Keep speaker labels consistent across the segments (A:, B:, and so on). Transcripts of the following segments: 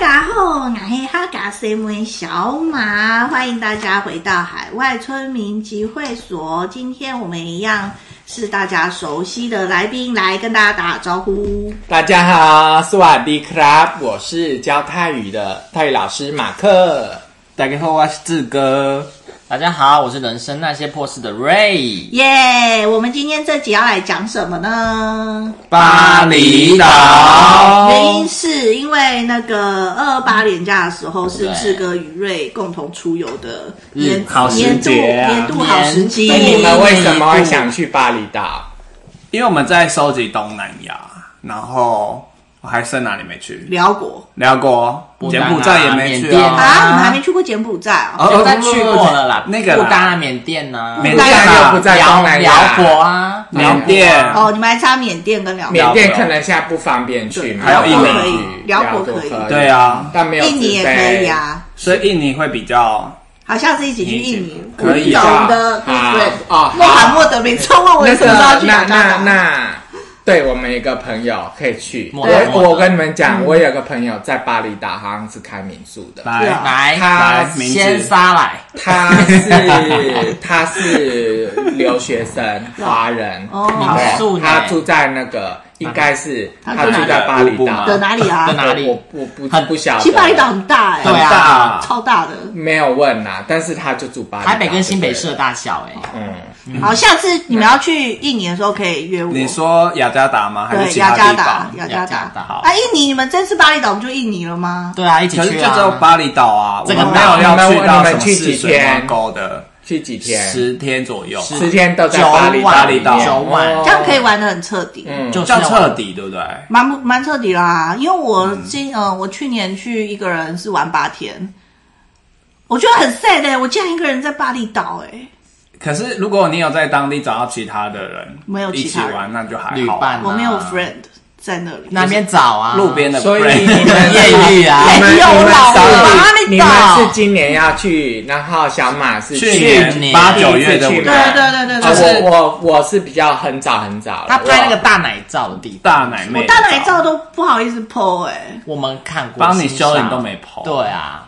A: 家好，我是哈嘎 C 妹小马，欢迎大家回到海外村民集会所。今天我们一样是大家熟悉的来宾来跟大家打招呼。
B: 大家好，สวัสดีครับ 我是教泰语的泰语老师马克。大家好，我是志哥。
C: 大家好，我是人生那些破事的 Ray。
A: 耶、我们今天这集要来讲什么呢？
B: 巴厘岛
A: 原因是因为那个二二八年假的时候是
C: 对
A: 志哥与瑞共同出游的年、
D: 好时
A: 年度
D: 节啊
A: 年度好时机。
B: 那你们为什么会想去巴厘岛？
D: 因为我们在收集东南亚，然后我还剩哪里没去？
A: 辽国
D: 辽国、
C: 不丹
D: 柬
C: 啊
D: 埔寨也没去
C: 缅甸
A: 啊你们还没去过柬埔寨哦？
D: 哦
C: 有在去过了啦，
D: 那个啦
C: 不丹啊、缅甸啊、
A: 嗯
D: 缅
B: 大
D: 甸
B: 家又不在东
C: 辽
B: 南
C: 辽
B: 亚，
C: 国啊，
D: 缅甸
A: 哦，你们还差缅甸跟辽国。
B: 缅甸可能现在不方便去嘛，
D: 还有印尼
B: 可以
A: 辽国可以
D: 对，啊，
B: 但没有
A: 印尼也
B: 直飞
A: 可以。啊，
D: 所以印尼会比较
A: 好，下次一起去印尼。
D: 可以啊
A: 我的
B: 好哦
A: 穆罕默德每次问我
B: 那
A: 什
B: 个
A: 么时候要去
B: 那
A: 雅加
B: 那
A: 达，
B: 那，对我们一个朋友可以去。
C: 莫德
B: 我
C: 莫德
B: 我跟你们
A: 嗯
B: 讲，我有个朋友在巴厘岛，好像是开民宿的。
A: 是啊
D: 来
C: 来
B: 他
D: 名字
C: 先杀来，
B: 他是他是留学生，华人，
A: 哦
B: 对
C: 民宿呢
B: 他住在那个应该是
A: 他
B: 他
A: 住
B: 住
A: 哪
B: 在巴厘岛
A: 的哪里啊
C: 在？哪里
B: 我我不
C: 很
B: 不晓得，
A: 其实巴厘岛很大哎，
C: 对
D: 很
C: 啊，
D: 大，
A: 超大的。
B: 没有问呐，但是他就住巴厘岛，
C: 台北跟新北市的大小哎，
B: 嗯，
A: 好，下次你们要去印尼的时候可以约我。
D: 你说雅加达吗？还是
A: 对
D: 其
A: 雅
D: 他
A: 加
D: 地
A: 达，
D: 方？
A: 雅加
C: 雅加
A: 达
C: 达。
D: 好
A: 啊，印尼，你们这次巴厘岛我们就印尼了吗？
C: 对啊，一起
D: 可是
C: 去
D: 就只有
C: 啊。
D: 巴厘岛啊，
C: 这个
D: 我们没有要去到什么四
B: 你们去几
D: 水挖
B: 天
D: 沟的，
B: 去几天？
D: 十天左右，
B: 十天都在巴厘
C: 九晚
B: 巴厘岛，
C: 九晚
B: 哦
A: 这样可以玩的很彻底。
B: 嗯
C: 就
D: 叫彻底，对不对？
A: 蛮不蛮彻底啦，因为我今呃，我去年去一个人是玩八天，我觉得很 sad 哎、我竟然一个人在巴厘岛哎、
D: 可是如果你有在当地找到其他的人，
A: 没有
D: 一
A: 其
D: 起
A: 他人
D: 玩，那就还好啊。
C: 旅伴啊
A: 我没有 friend 在那里。
C: 那边找啊，
D: 路边的
B: 所以
D: friend
B: 你们
C: 艳遇啊
B: 你们
A: 没
B: 你
A: 有
B: 们
A: 啦
B: 所以
A: 我巴厘岛
B: 你们是今年要去，然后小马是
D: 去
C: 去
D: 年
C: 年
D: 八九月的
B: 第一次
D: 舞
B: 去
A: 对
B: 嘛
D: 台，
A: 对对对
B: 啊
A: 对，
D: 就是
B: 我我我是比较很早很早了，
C: 他拍那个大奶照的地方，
D: 大奶妹
A: 我
D: 的
A: 大奶照都不好意思 po 哎、
C: 我们看过，
D: 帮你
C: 欣赏
D: 修了你都没 po
C: 对啊，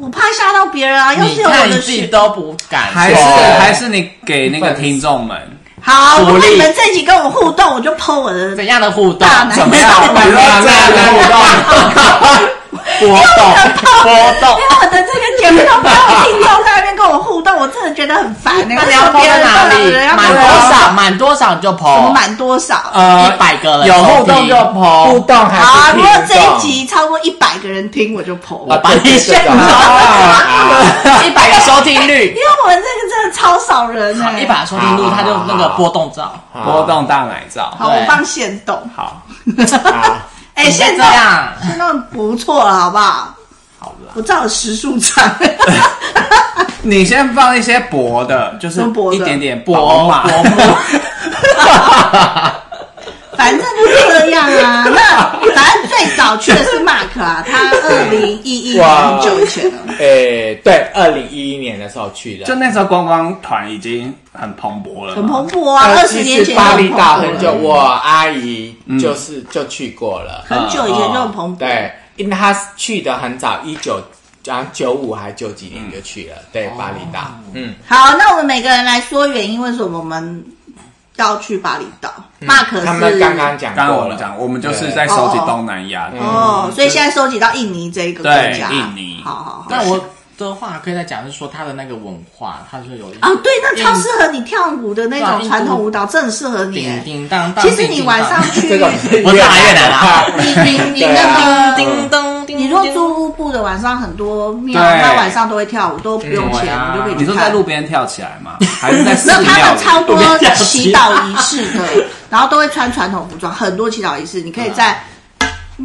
A: 我怕吓到别人啊。要是
C: 你
A: 有我
C: 看你
A: 的
C: 自己
A: 学，
C: 都不敢
D: 还
C: 说，
D: 是还是你给那个听众们，
A: 好，
C: 鼓
A: 如
C: 励
A: 果你们这集跟我互动，我就 po 我的。
C: 怎样的互动？
A: 大奶
C: 怎么
A: 照
C: 样
B: 不
C: 的互动
B: 要这样互
C: 波动，波动
A: 因。哎为我的这个节目都没有听众在那边跟我互动，我真的觉得很烦哎、
C: 那
A: 为
C: 你
A: 什
C: 要
A: 么
C: 抛
A: 别
C: 在
A: 人
C: 哪
A: 都有
C: 里
A: 人要？
C: 满
A: po
C: 多少？满多少就
A: 我们
C: 抛，
A: 满多少？
C: 呃，一百个人
B: 有互
C: 收听
B: 动就互
C: 抛，
B: 动还
A: 好啊，
B: 是
A: 如
B: 听
A: 果
B: 众
A: 这一集超过一百个人听，我就投。
C: 我把你
B: 这
C: 炫
B: 个
C: 到一百个收听率
A: 因，为我们这个真的超少人哎、
C: 一百个收听率，
B: 好
C: 他就那个波动照，
D: 波动大奶照，
A: 好，
C: 对
A: 我放现动。
D: 好，
B: 好
A: 哎、
C: 你
A: 现
C: 这
A: 在
C: 样，
A: 现动不错了，好不好？
D: 好了，
A: 我照时数长。
D: 你先放一些薄的，就是
A: 什么薄的
D: 一点点
C: 薄
D: 薄嘛，
C: 薄膜
A: 反正就这样啊。那反正最早去的是 Mark 啊， 他二零一一年
B: 哇
A: 很久以前了。
B: 诶，对，二零一一年的时候去的，
D: 就那时候观光团已经很蓬勃了嘛，
A: 很蓬勃啊，二
B: 呃
A: 十
B: 其
A: 年
B: 实
A: 前就
B: 巴厘
A: 很蓬
B: 岛
A: 勃
B: 很
A: 了
B: 久，我阿姨就是就去过了，
A: 很久以前就很蓬勃。
B: 对，因为她去的很早，一九然后九五还九几年就去了，对，巴厘岛，嗯，
A: 好，那我们每个人来说原因，为什么我们要去巴厘岛？Mark 是
B: 嗯他们刚刚讲过
D: 刚
B: 了，
D: 刚我们讲，我们就是在收集东南亚的，
A: 哦，所以现在收集到印尼这一个国家，
D: 对印尼
A: 好好好。
C: 那我的话可以再讲，是说他的那个文化，他就有一
A: 啊，对，那超适合你跳舞的那种传统舞蹈，正适合你
C: 叮
A: 耶。
C: 叮当当。
A: 其实你晚上去，
B: 这种是
C: 我上来越南啊
A: 你你你
B: 对啊
A: 那个，
C: 叮当叮，
A: 你若住乌布的晚上很多庙，
D: 对
A: 那晚上都会跳舞，都不用
C: 对
A: 钱，
C: 啊
A: 你就可以去
D: 哦你说在
A: 看
D: 路。边跳起来吗？还是在寺
A: 没有，他
D: 庙
A: 们超
D: 里？
A: 多祈祷仪式的，然后都会穿传统服装，很多祈祷仪式，你可以在，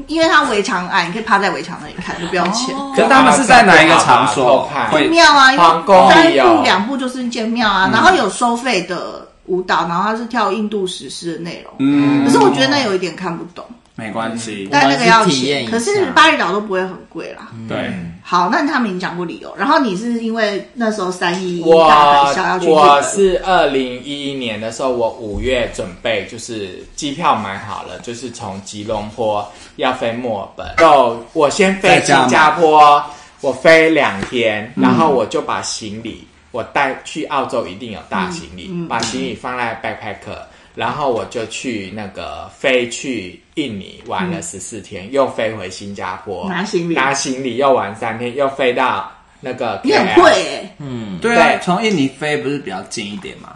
A: 因为它围墙矮，你可以趴在围墙那里看，就不用钱。
D: 可是他们是在哪一个场所
B: 偷看
D: 会
A: 庙啊，
B: 皇宫
A: 三
B: 也有
A: 步两步就是一间庙啊，然后有收费的舞蹈，然后它是跳印度史诗的内容。
D: 嗯
A: 可是我觉得那有一点看不懂，
D: 没关系。
A: 但那个要
B: 我们去体验
A: 钱，
B: 一下
A: 可是巴厘岛都不会很贵啦。
D: 对，
A: 好，那他们已经讲过理由，然后你是因为那时候三一一
B: 我
A: 大海啸要去日
B: 我
A: 本，
B: 是二零一一年的时候，我五月准备就是机票买好了，就是从吉隆坡要飞墨尔本，然后我先飞
D: 在
B: 新
D: 家吗
B: 加坡，我飞两天，然后我就把行李，我带去澳洲一定有大行李，
A: 嗯
B: 把行李放在 backpacker，然后我就去那个飞去印尼玩了十四天，又飞回新加坡
A: 拿行李
B: 拿行李又玩三天，又飞到那个
A: 你很
B: KL
A: 会欸，
D: 对啊
B: 对，
D: 从印尼飞不是比较近一点嘛？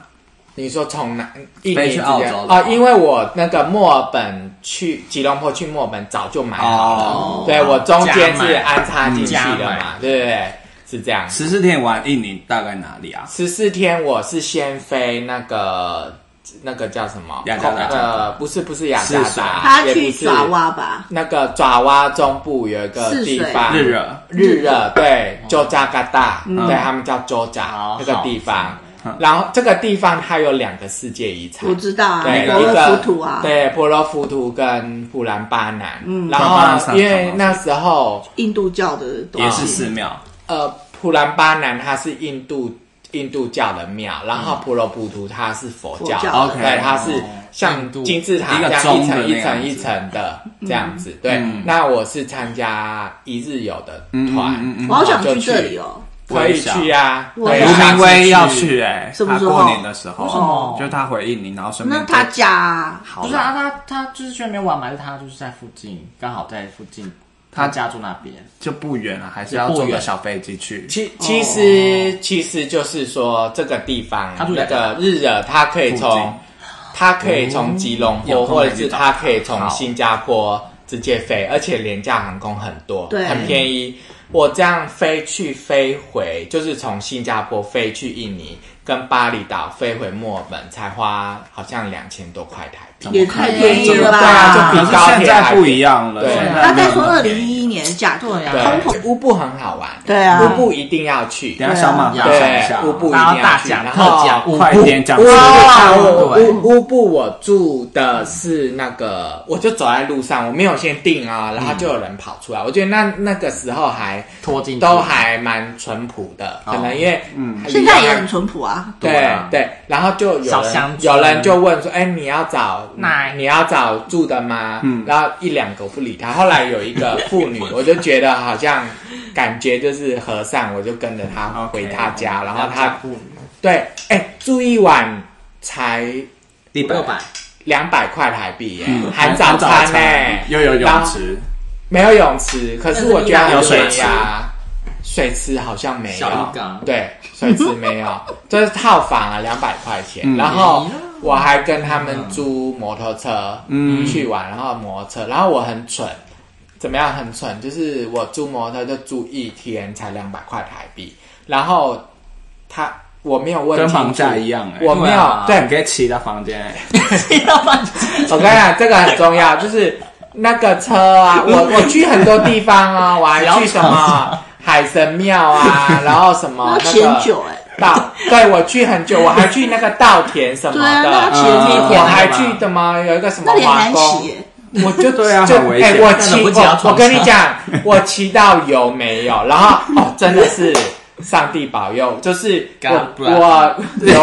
B: 你说从哪？印尼
D: 飞去澳洲
B: 直接
D: 的
B: 哦，因为我那个墨尔本去吉隆坡去墨尔本早就买好了，
D: 哦
B: 对我中间是
C: 加买
B: 安插进去的
C: 加
B: 嘛
C: 买，
B: 对不对？是这样。
D: 十四天玩印尼大概哪里啊？
B: 十四天我是先飞那个那个叫什么？
D: 雅加达
B: 呃，不是不是雅加
D: 是水
B: 达，
A: 他
B: 也不
A: 去
B: 是
A: 爪哇吧？
B: 那个爪哇中部有一个
A: 泗水
B: 地方，
D: 日哦惹
B: 日热，对，就加嘎大，
A: 嗯
B: 对他们叫周扎
D: 哦
C: 好
B: 那个地方。然后这个地方它有两个世界遗产
A: 我，知道啊，
B: 对，
A: 摩
B: 一
A: 洛
B: 个
A: 浮图啊，嗯
B: 对，婆罗浮屠跟布兰巴南。然
D: 布兰巴
B: 后
D: 南
B: 因为那时候
A: 印度教的东西
D: 也是寺庙，
B: 呃，普兰巴南它是印度印度教的庙，然后婆罗浮屠它是佛教
A: 佛
B: 的，
A: 教
D: OK，
B: 对，它是像
C: 印度
B: 金字塔
D: 一个
B: 这样
D: 钟
B: 一层
D: 的
B: 一
D: 那样
B: 层
D: 子
B: 一层的这样子。
A: 嗯
B: 对，那我是参加一日游的
D: 嗯
B: 团，
A: 我好想
B: 就
A: 去这里哦，
B: 可以去啊，
A: 我
B: 对
A: 也
D: 卢
A: 想
B: 啊
D: 明威要去哎、
A: 什么
D: 他
A: 时候
D: 过年的时
A: 为什么
D: 候，就他回印尼，然后
B: 嗯
D: 顺
A: 那
D: 便
A: 他家啊
D: 好
C: 不
D: 了
C: 是啊，他他就是去那边玩嘛，就他就是在附近，刚好在附近，他家住那边，
D: 就不远啊了，还是要
C: 就不
D: 坐个
C: 远
D: 小飞机去。
B: 其其实、其实就是说，这个地方
C: 它住
B: 那
C: 雅加达
B: 个日惹，它可以
D: 附近哦
B: 从它可以从吉隆
D: 有
B: 坡，
D: 空
B: 或者
D: 可以
B: 是
D: 去找
B: 它可以从
D: 好
B: 新加坡直接飞，而且廉价航空很多，
A: 对
B: 很便宜。我这样飞去飞回，就是从新加坡飞去印尼，跟巴厘岛飞回墨尔本，才花好像两千多块台币。
A: 也太
C: 对
A: 便宜了
B: 对啊
A: 吧
B: 就？
D: 可
B: 比
D: 是
B: 高
D: 现
B: 铁还
D: 在不
B: 便宜
D: 一样了，
B: 对
D: 现在
A: 他
D: 没有
A: 在说
D: 那么
A: 二
D: 便
A: 零
D: 宜
A: 一一年的假期，
C: 对啊
A: 通膨
B: 嗯对，乌布很好玩，
A: 对啊
B: 乌布一定要去，
D: 等一下小马
C: 对
B: 啊
D: 分享一下，
B: 乌布一定
C: 大
B: 要去，哦
C: 家大讲
B: 然
C: 特
B: 后
C: 讲，乌
D: 快点讲出
B: 哇！
D: 来。
B: 我
D: 对，
B: 哦乌乌布我住的是那个，我就走在路上，我没有先定啊，然后就有人跑出来。我觉得那那个时候还
C: 拖进去
B: 都还蛮淳朴的，可能因为嗯，
A: 现在也很淳朴啊，
D: 对
B: 对
D: 啊
B: 对，然后就有
C: 小
B: 人
C: 乡村
B: 有人就问说：“哎，你要找
C: 哪
B: 你要找住的吗？”然后一两个不理他。后来有一 个妇女，我就觉得好像感觉就是和尚，我就跟着他
D: OK，
B: 回他家，然后
C: 他
B: 他对，哎，住一晚才
D: 一
C: 六百，
B: 两百块台币耶，嗯含
D: 含
B: 早餐呢、
D: 又有泳，池，
B: 没有泳池，可是我觉得
D: 有
B: 很
D: 水
B: 便宜啊。水池好像没有
C: 小浴缸，
B: 对，水池没 有，这是套房啊，两百块钱。
D: 嗯
B: 然后
C: 便宜啊
B: 我还跟他们租摩托车，嗯，去玩，然后摩托车，然后我很蠢，怎么样很蠢？就是我租摩托车就租一天才两百块台币，然后他我没有问
D: 跟
B: 清楚
D: 房价一样哎。
B: 我没有对
D: 你可以骑到房间哎。
B: 我跟你讲，这个很重要，就是那个车啊，我我去很多地方啊，我还去什么海神庙啊，然后什
A: 要
B: 么那
A: 前
B: 个啊
A: 九哎，
B: 稻，对我去很久，我还去那个稻田什么
A: 对啊，那要
B: 的，
A: 前
D: 嗯
A: 九
B: 我还去什么有一个什么
A: 那里很
B: 华
A: 难骑
B: 工。
A: 耶，
B: 我就
D: 对啊
B: 就
D: 很危险
B: 哎我
C: 那
B: 骑
C: 等不及要
B: 我
C: 撞
B: 我跟你
C: 车
B: 讲，我骑到有没有？然后哦，真的是上帝保佑，就是我
C: God bless
B: 我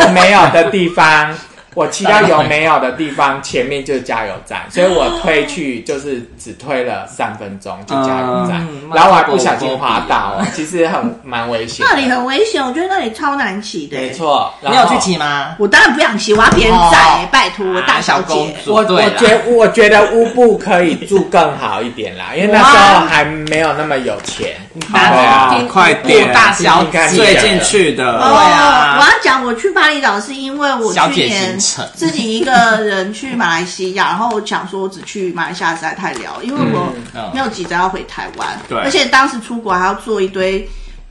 B: 有没有的地方，我骑到有没有的地 方，前面就是加油站，所以我推去就是只推了三分钟就加油站，
C: 嗯
B: 然后我还不小心滑倒哦，其实很蛮危险的。
A: 那里很危险，我觉得那里超难骑的。
B: 没，错，然
C: 你
B: 后
C: 有去骑吗？
A: 我当然不想骑，我要别人载，
C: 哦
A: 拜托，我大
C: 啊小公
A: 姐。
C: 主
B: 我
C: 对
B: 我
C: 啦
B: 觉我觉得乌布可以住更好一 点啦，因为那时候还没有那么有钱。对啊
C: 听
D: 快点
C: 顾大小
B: 听听看
C: 姐
B: 你讲的
D: 最近去
A: 哦
D: 的，
C: 啊
A: 我要讲，我去巴厘岛是因为我
C: 小
A: 去
C: 姐
A: 年
C: 行程
A: 自己一个人去马来西 亚，然后我想说我只去马来西亚实在太聊，因为我
C: 嗯
A: 没有急着要回台湾，
D: 对
A: 而且当时出国还要做一堆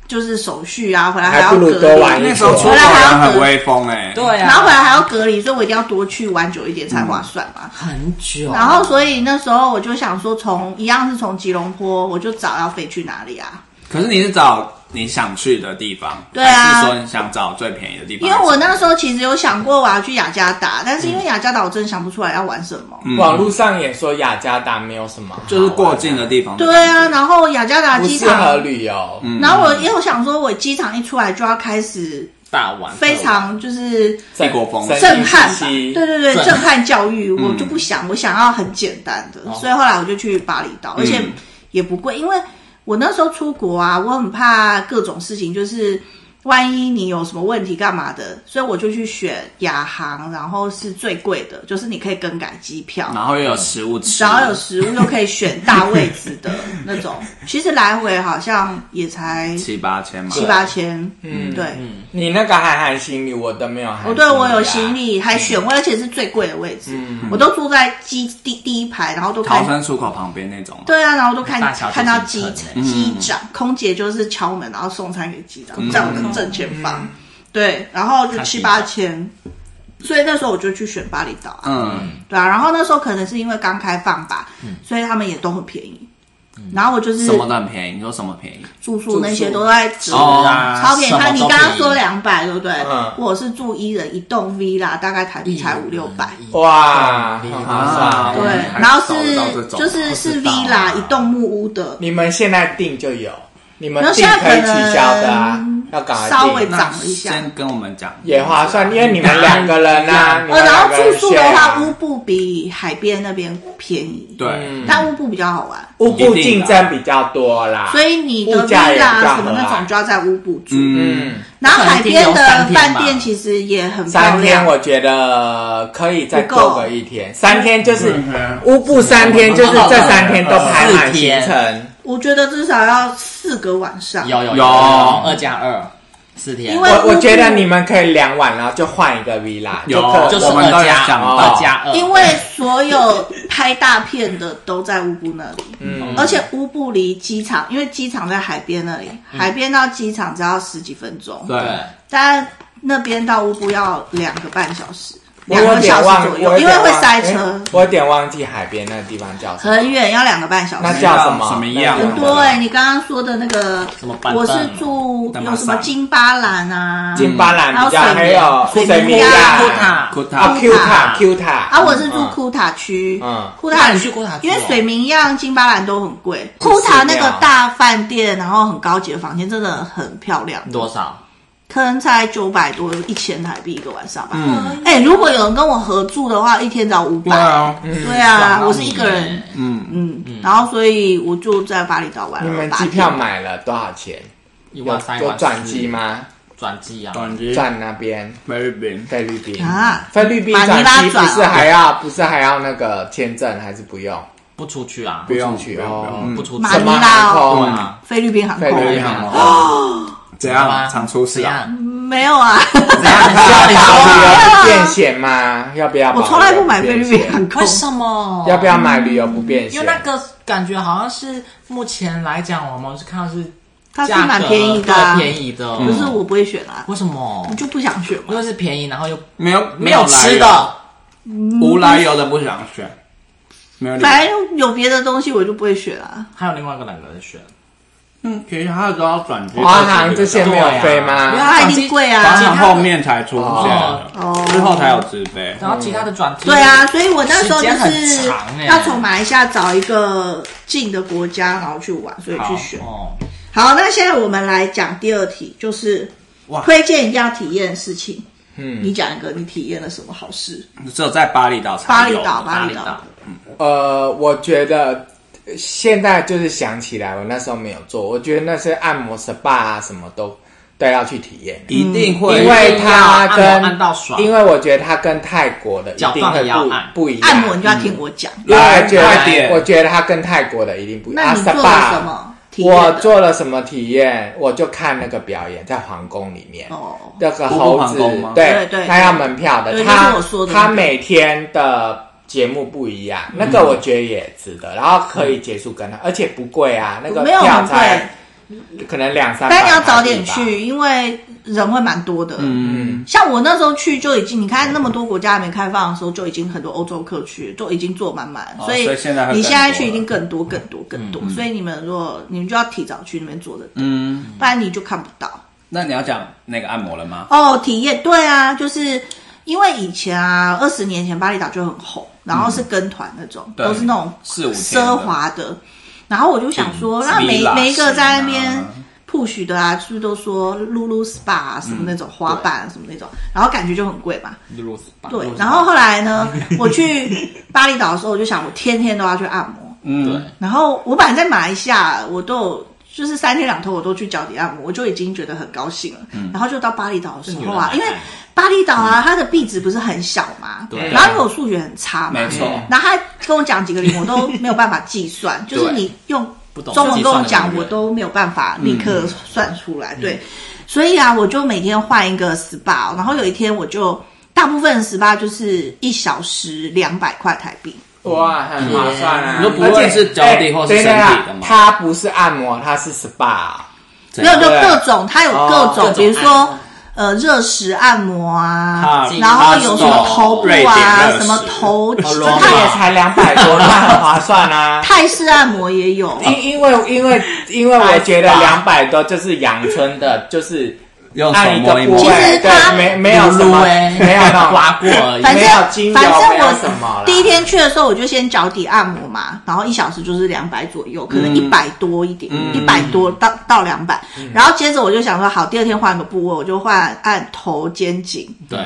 A: 就是手续啊，回来要
B: 还不如
A: 隔
B: 多玩
A: 离，
D: 那时候出国人很威风哎。
C: 对
A: 然后
C: 啊，
A: 回来还要隔离，所以我一定要多去玩久一点才划算嘛。
C: 很久，
A: 然后，所以那时候我就想说从，一样是从吉隆坡，我就找要飞去哪里啊？
D: 可是你是找你想去的地方，
A: 对啊
D: 还是说你想找最便宜的地方？
A: 因为我那时候其实有想过我要去雅加达，但是因为雅加达我真的想不出来要玩什么。
B: 嗯网络上也说雅加达没有什么好玩，
D: 就是过境的地方，
A: 对啊，然后雅加达
B: 不啊
A: 机
B: 适合
A: 场，
B: 旅游。
A: 然后我因为我想说，我机场一出来就要开始
C: 大玩
A: 非常就是
B: 在
D: 嗯异国风
B: 在
A: 震撼
B: 新
A: 吧，
B: 西
A: 对对对，
C: 震撼
A: 震撼教育，我就不想，我想要很简单的，所以后来我就去巴厘岛，而且也不贵，因为我那时候出国啊，我很怕各种事情，就是万一你有什么问题干嘛的，所以我就去选亚航，然后是最贵的，就是你可以更改机票，
D: 然后又有食物吃，
A: 然后有食物又可以选大位置的那种，其实来回好像也才
D: 七八千嘛，
A: 七八千，嗯，对。
B: 你那个还含行李，我的没有含、
A: 哦，对，我有行。
B: 啊
A: 李，还选位，而且是最贵的位置，我都坐在机第第一排，然后都
D: 逃
A: 看，
D: 生出口旁边那种嘛。
A: 对啊，然后都看
C: 大小姐
A: 看到
C: 进
A: 机
C: 城
A: 机长，空姐就是敲门，然后送餐给机长，在我的正前方，对，然后就
C: 看
A: 七
C: 机
A: 八
C: 长
A: 千，所以那时候我就去选巴厘岛啊，
D: 嗯，
A: 对啊，然后那时候可能是因为刚开放吧，所以他们也都很便宜，然后我就是
D: 什么都很便宜，你说什么便宜？
A: 住宿那些都在折
D: 哦
A: 啊，超便宜。
C: 什么
A: 他
C: 都
A: 你刚刚
C: 便宜
A: 说两百，对不对
B: 嗯？
A: 我是住一人一栋 villa，大概台币才五六百。
B: 哇，
A: 嗯
B: 很划
D: 啊
B: 算。
A: 对
D: 我们，还
A: 然后
D: 找得到这
A: 是
D: 种
A: 就是
C: 不
A: 是
C: 知道啊
A: villa 一栋木屋的，
B: 你们现在订就有，你们
A: 那
B: 订
A: 现在
B: 可以
A: 可能
B: 取消的啊，要赶快订。
A: 稍微
D: 那
A: 涨了一下
D: 先跟我们讲，
B: 也划算，因为你们两个人啊，你
A: 呃，然
B: 们两
A: 后
B: 个
A: 住
B: 人
A: 宿的
B: share
A: 话，
B: 啊
A: 乌布比海边那边便宜，
D: 对，
A: 但乌布比较好玩，
B: 乌布竞争比较多啦，
A: 所以你
B: 嗯物
A: 的
B: 价也
A: villa
B: 比较
A: 什么那
B: 合
A: 种
B: 啊
A: 就要在乌布住，
D: 嗯，
B: 嗯，
A: 然后海边的
C: 可能
A: 饭
C: 顶多三天吧
A: 店其实也很漂
B: 三天
A: 亮，
B: 我觉得可以再
A: 不够
B: 多个一天，三天就是乌布三天，就是这三天都排满行
C: 四天
B: 程，
A: 我觉得至少要四个晚上，
C: 有有
D: 有
C: 二加二四天，
A: 因为
B: 我我觉得你们可以两晚，然后就换一个 villa，
D: 有
B: 可哦
C: 就是
D: 我们
C: 二
D: 都有
C: 加
D: 想到
C: 二加二，
A: 因为所有拍大片的都在乌布那里，嗯，而且乌布离机场，因为机场在海边那里，
B: 嗯
A: 海边到机场只要十几分钟，
D: 对，
A: 但那边到乌布要两个半小时，
B: 我
A: 两
B: 有
A: 个
B: 点
A: 小
B: 忘
A: 时，
B: 我
A: 左
B: 有
A: 右，因
B: 点
A: 为
B: 忘
A: 会塞
B: 哎
A: 车，
B: 我有点忘记海边那个地方叫什么，
A: 很远，要两个半小
B: 那
A: 时。
B: 叫什么？
D: 什么样
A: 很多哎、你刚刚说的那个
C: 什么版，本
A: 我是住
D: 丹
A: 有
D: 马
A: 什么
D: 萨
A: 金巴兰啊，
B: 金巴兰比较，还
A: 还有
B: 有
A: 水
B: 水
A: 明
B: 明
A: 亚
C: 库
B: 亚
C: 塔
D: 库塔
B: 啊，Q 塔 Q 塔
A: 啊，我是住
B: 嗯
A: 库塔区，
B: 嗯
A: 库塔
C: 那你去库塔区
A: 因
C: 哦
A: 为水明漾、金巴兰都很贵，
B: 去
A: 库塔那
B: 寺
A: 个
B: 庙
A: 大饭店，然后很高级的房间，真的很漂亮，
C: 多少？
A: 可能才九百多，一千台币一个晚上吧。
D: 嗯，
A: 哎、如果有人跟我合住的话，一天只要五百。
D: 对啊，
A: 对啊，
C: 爽
A: 我是一个人，
D: 嗯，
A: 嗯，然后所以我就在巴厘岛玩
B: 你
A: 了
B: 们
A: 八
B: 机
A: 天。
B: 票买了多少钱？
C: 一
B: 有
C: 万三一
B: 有
C: 万四
B: 转机吗？
C: 转机啊，
D: 转机
B: 转那边
D: 菲律宾，
B: 菲律宾
A: 啊
B: 菲律宾
A: 马尼
B: 转
A: 拉
B: 机不
A: 转
B: 是
A: 哦
B: 还要不是还要那个签证还是不用？
C: 不出去啊，
B: 不用
D: 出
B: 去
D: 不用
B: 哦
D: 不用。
C: 不出去，
A: 马
B: 什
A: 尼
B: 么
A: 拉
B: 航
A: 哦
B: 空
C: 对
B: 啊？
C: 啊，
A: 菲律宾航
B: 菲律
A: 空
B: 宾航空
D: 怎
C: 好吧
D: 样常出事
C: 怎
D: 啊？
C: 样？
A: 没有啊，
C: 怎样？你
B: 要
C: 说你
B: 保
C: 说
A: 啊
B: 留不变险吗？要不要？
A: 我从来不买菲律宾航。空
C: 为。什么？
B: 要不要买旅游不变
C: 因
B: 险
C: 为？那个感觉好像是目前来讲，我们是看到是
A: 它是
C: 价格
A: 蛮便宜的啊
C: 对便宜的。
A: 可是我不会选啊，
C: 为什么
A: 我？就不想选
C: 因
A: 嘛。
C: 为是便宜，然后又
D: 没有
C: 没有吃
D: 来由，
C: 的，
D: 无来由的不想选，没有理由。
A: 反正有别的东西我就不会选啊。
C: 还有另外一个哪个人选？
D: 嗯，其实他都要转机，
B: 华航这些没有
A: 因
B: 飞
A: 为
B: 吗？
A: 它一定贵
D: 华
A: 啊。
D: 航后面才出现的
A: 哦，
D: 之后才有直飞。
C: 然后其他的转机
A: 对啊，，所以我那时候就
C: 时
A: 是
C: 间很长欸
A: 要从马来西亚找一个近的国家，然后去玩，所以去选。
C: 哦，
A: 好，那现在我们来讲第二题，就是
D: 哇
A: 推荐一定要体验的事情。
B: 嗯
A: 你讲一个你体验了什么好事？
D: 只有在巴厘岛才
A: 巴厘
D: 有。
A: 岛，巴
C: 巴
A: 厘
C: 厘
A: 岛
C: 岛，
B: 呃，我觉得呃现在就是想起来，我那时候没有做。我觉得那些按摩 SPA 啊，什么都都要去体验。
D: 一定会，
B: 因为它
C: 要按摩
B: 跟
C: 按到爽
B: 因为我觉得它跟泰国的一
C: 脚
B: 定
C: 放
B: 会
C: 也要
B: 不
C: 按
B: 不一样。
A: 按摩你就要听我讲。
B: 来，我觉
D: 快
B: 得
D: 点
B: 我觉得它跟泰国的一定不一样。
A: 那你做
B: 啊
A: 了什？么体
B: SPA
A: 验
B: 我
A: 的？
B: 做了什么体验？我就看那个表演，在皇宫里面。
A: 哦，
B: 那个
D: 瀑布
B: 猴
D: 皇
B: 子
D: 宫吗，
A: 对对
B: 他要门票的
A: 对，就
B: 他
A: 是我说的那个
B: 他每天的节目不一样，那个我觉得也值得，然后可以结束跟他，而且不贵啊，那个
A: 嗯没有
B: 票
A: 很贵
B: 才。可能两三百
A: 但
B: 台币吧。
A: 你要早点去，因为人会蛮多的。
D: 嗯，
A: 像我那时候去就已经，你看那么多国家还没开放的时候，就已经很多欧洲客区都已经坐满满，
D: 哦
A: 所以
D: 所以现在会
A: 你
D: 更
A: 现在
D: 多
A: 去
D: 了
A: 一定更多更多更多。所以你们如果你们就要提早去那边坐着，
D: 嗯，
A: 不然你就看不到。
C: 那你要讲那个按摩了吗？
A: 哦，体验对啊，就是因为以前啊，二十年前巴厘岛就很红，然后是跟团那种，
D: 嗯对
A: 都是那种
D: 四五千
A: 奢
D: 的
A: 华的。然后我就想说，
D: 嗯
A: 那每
D: villa
A: 每一个在那
D: 型
A: 边
D: 啊
A: push 的啊，是不是都说露露 SPA 啊什么那种滑板啊什么那
D: 嗯
A: 种，然后感觉就很贵嘛。
C: 露丝吧
A: 对，然后后来呢，我去巴厘岛的时候，我就想我天天都要去按摩。
D: 嗯，
A: 然后我本来在马来西亚，我都有就是三天两头我都去脚底按摩，我就已经觉得很高兴了。
C: 嗯
A: 然后就到巴厘岛的时候啊，
C: 这
A: 因为
C: 女人好看
A: 巴厘岛啊，它的壁纸不是很小嘛，
C: 哎对
A: 然后因为我数学很差嘛，
D: 没错，
A: 然后他跟我讲几个零，我都没有办法计 算，就是你用
C: 不懂
A: 中文跟我
C: 计算
A: 讲，
C: 的
A: 我
C: 人
A: 都没有办法立刻算出
C: 嗯
A: 来。对，所以啊，我就每天换一个 SPA，然后有一天我就大部分的 SPA 就是一小时两百块台币。
B: 哇，很划算啊！
C: 你说不论是脚底或是身体
B: 而且
C: 的嘛
B: 哎等一下它不是按摩，它是 SPA。
A: 没有，就
B: 对
A: 各种，它有各种，
C: 哦各种
A: 比如
C: 按
A: 说
C: 摩
A: 呃热石按摩啊
D: 啊，
A: 然后有什么
D: 巴斯
A: 头部
D: 瑞典
A: 啊
D: 热，哦石
A: 什么头，就
B: 罗马也
A: 泰
B: 才两百多，那很划 算啊！
A: 泰式按摩也有，
D: 哦
B: 因因为因为因为我觉得
A: 哎
B: 两百多就是阳春的，就是
C: 用手
B: 按一个
C: 摸一
B: 部
C: 摸，
A: 其实
B: 位，
A: 它
B: 对，没没有什
C: 撸
B: 么，
A: 哎
C: 欸
B: 没有 那种
C: 刮过而已。
A: 反正
B: 没有精油
A: 反正
B: 没有什么
A: 我
B: 啦
A: 第一天去的时候，我就先脚底按摩嘛，然后一小时就是两百左右，可
D: 嗯
A: 能一百多一点，一百、多到到两百、然后接着我就想说，好，第二天换个部位，我就换按头肩颈。
D: 对，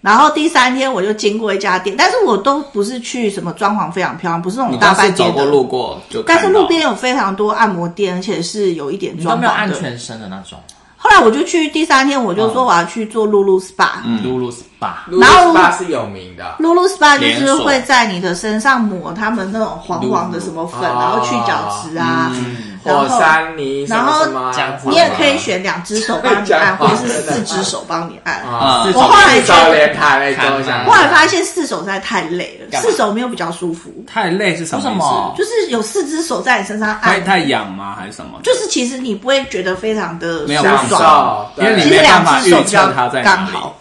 A: 然后第三天我就经过一家店，但是我都不是去什么装潢非常漂亮，不是
C: 嗯
A: 那种
D: 你
A: 大
D: 当时
A: 饭
D: 走
A: 店
D: 过
A: 的。
D: 路过就看
A: 但
D: 到，
A: 是路边有非常多按摩店，而且是有一点
C: 你都
A: 装
C: 没有
A: 潢
C: 按
A: 的。
C: 全身的那种，
A: 后来我就去第三天，我就
D: 嗯
A: 说我要去做露露 SPA，、
C: 露露 SPA，
B: 露露
A: 然后
B: SPA 是有名的，
A: 露露 SPA 就
D: 连
A: 是
D: 锁
A: 会在你的身上抹他们那种黄黄的什么粉，
B: 哦
A: 然后去角质啊，
D: 嗯
A: 然
B: 火
A: 后
B: 山泥什
A: 然后
B: 么什么啊，
C: 这样子
A: 你也可以选两只手帮你按，
B: 讲
A: 或
B: 话
A: 者是四只手帮你按。
B: 啊，
D: 嗯
B: 自
A: 我后来觉
B: 找
A: 得
B: 连台来都想
A: 后来发现四手实在太累了，
D: 干嘛
A: 四手没有比较舒服，
D: 太累是什
C: 为
D: 么意
C: 什么
D: 思？
A: 就是有四只手在你身上
D: 太
A: 按，
D: 太痒吗？还是什么？
A: 就是其实你不会觉得非常的
D: 没有
A: 舒
D: 办
B: 享
A: 爽，
B: 受
D: 法，因为
B: 对
D: 你
A: 其实
D: 没办
A: 两
D: 法
A: 只手
D: 预
A: 比
D: 测
A: 较
D: 它在
A: 刚
D: 哪里。
A: 好。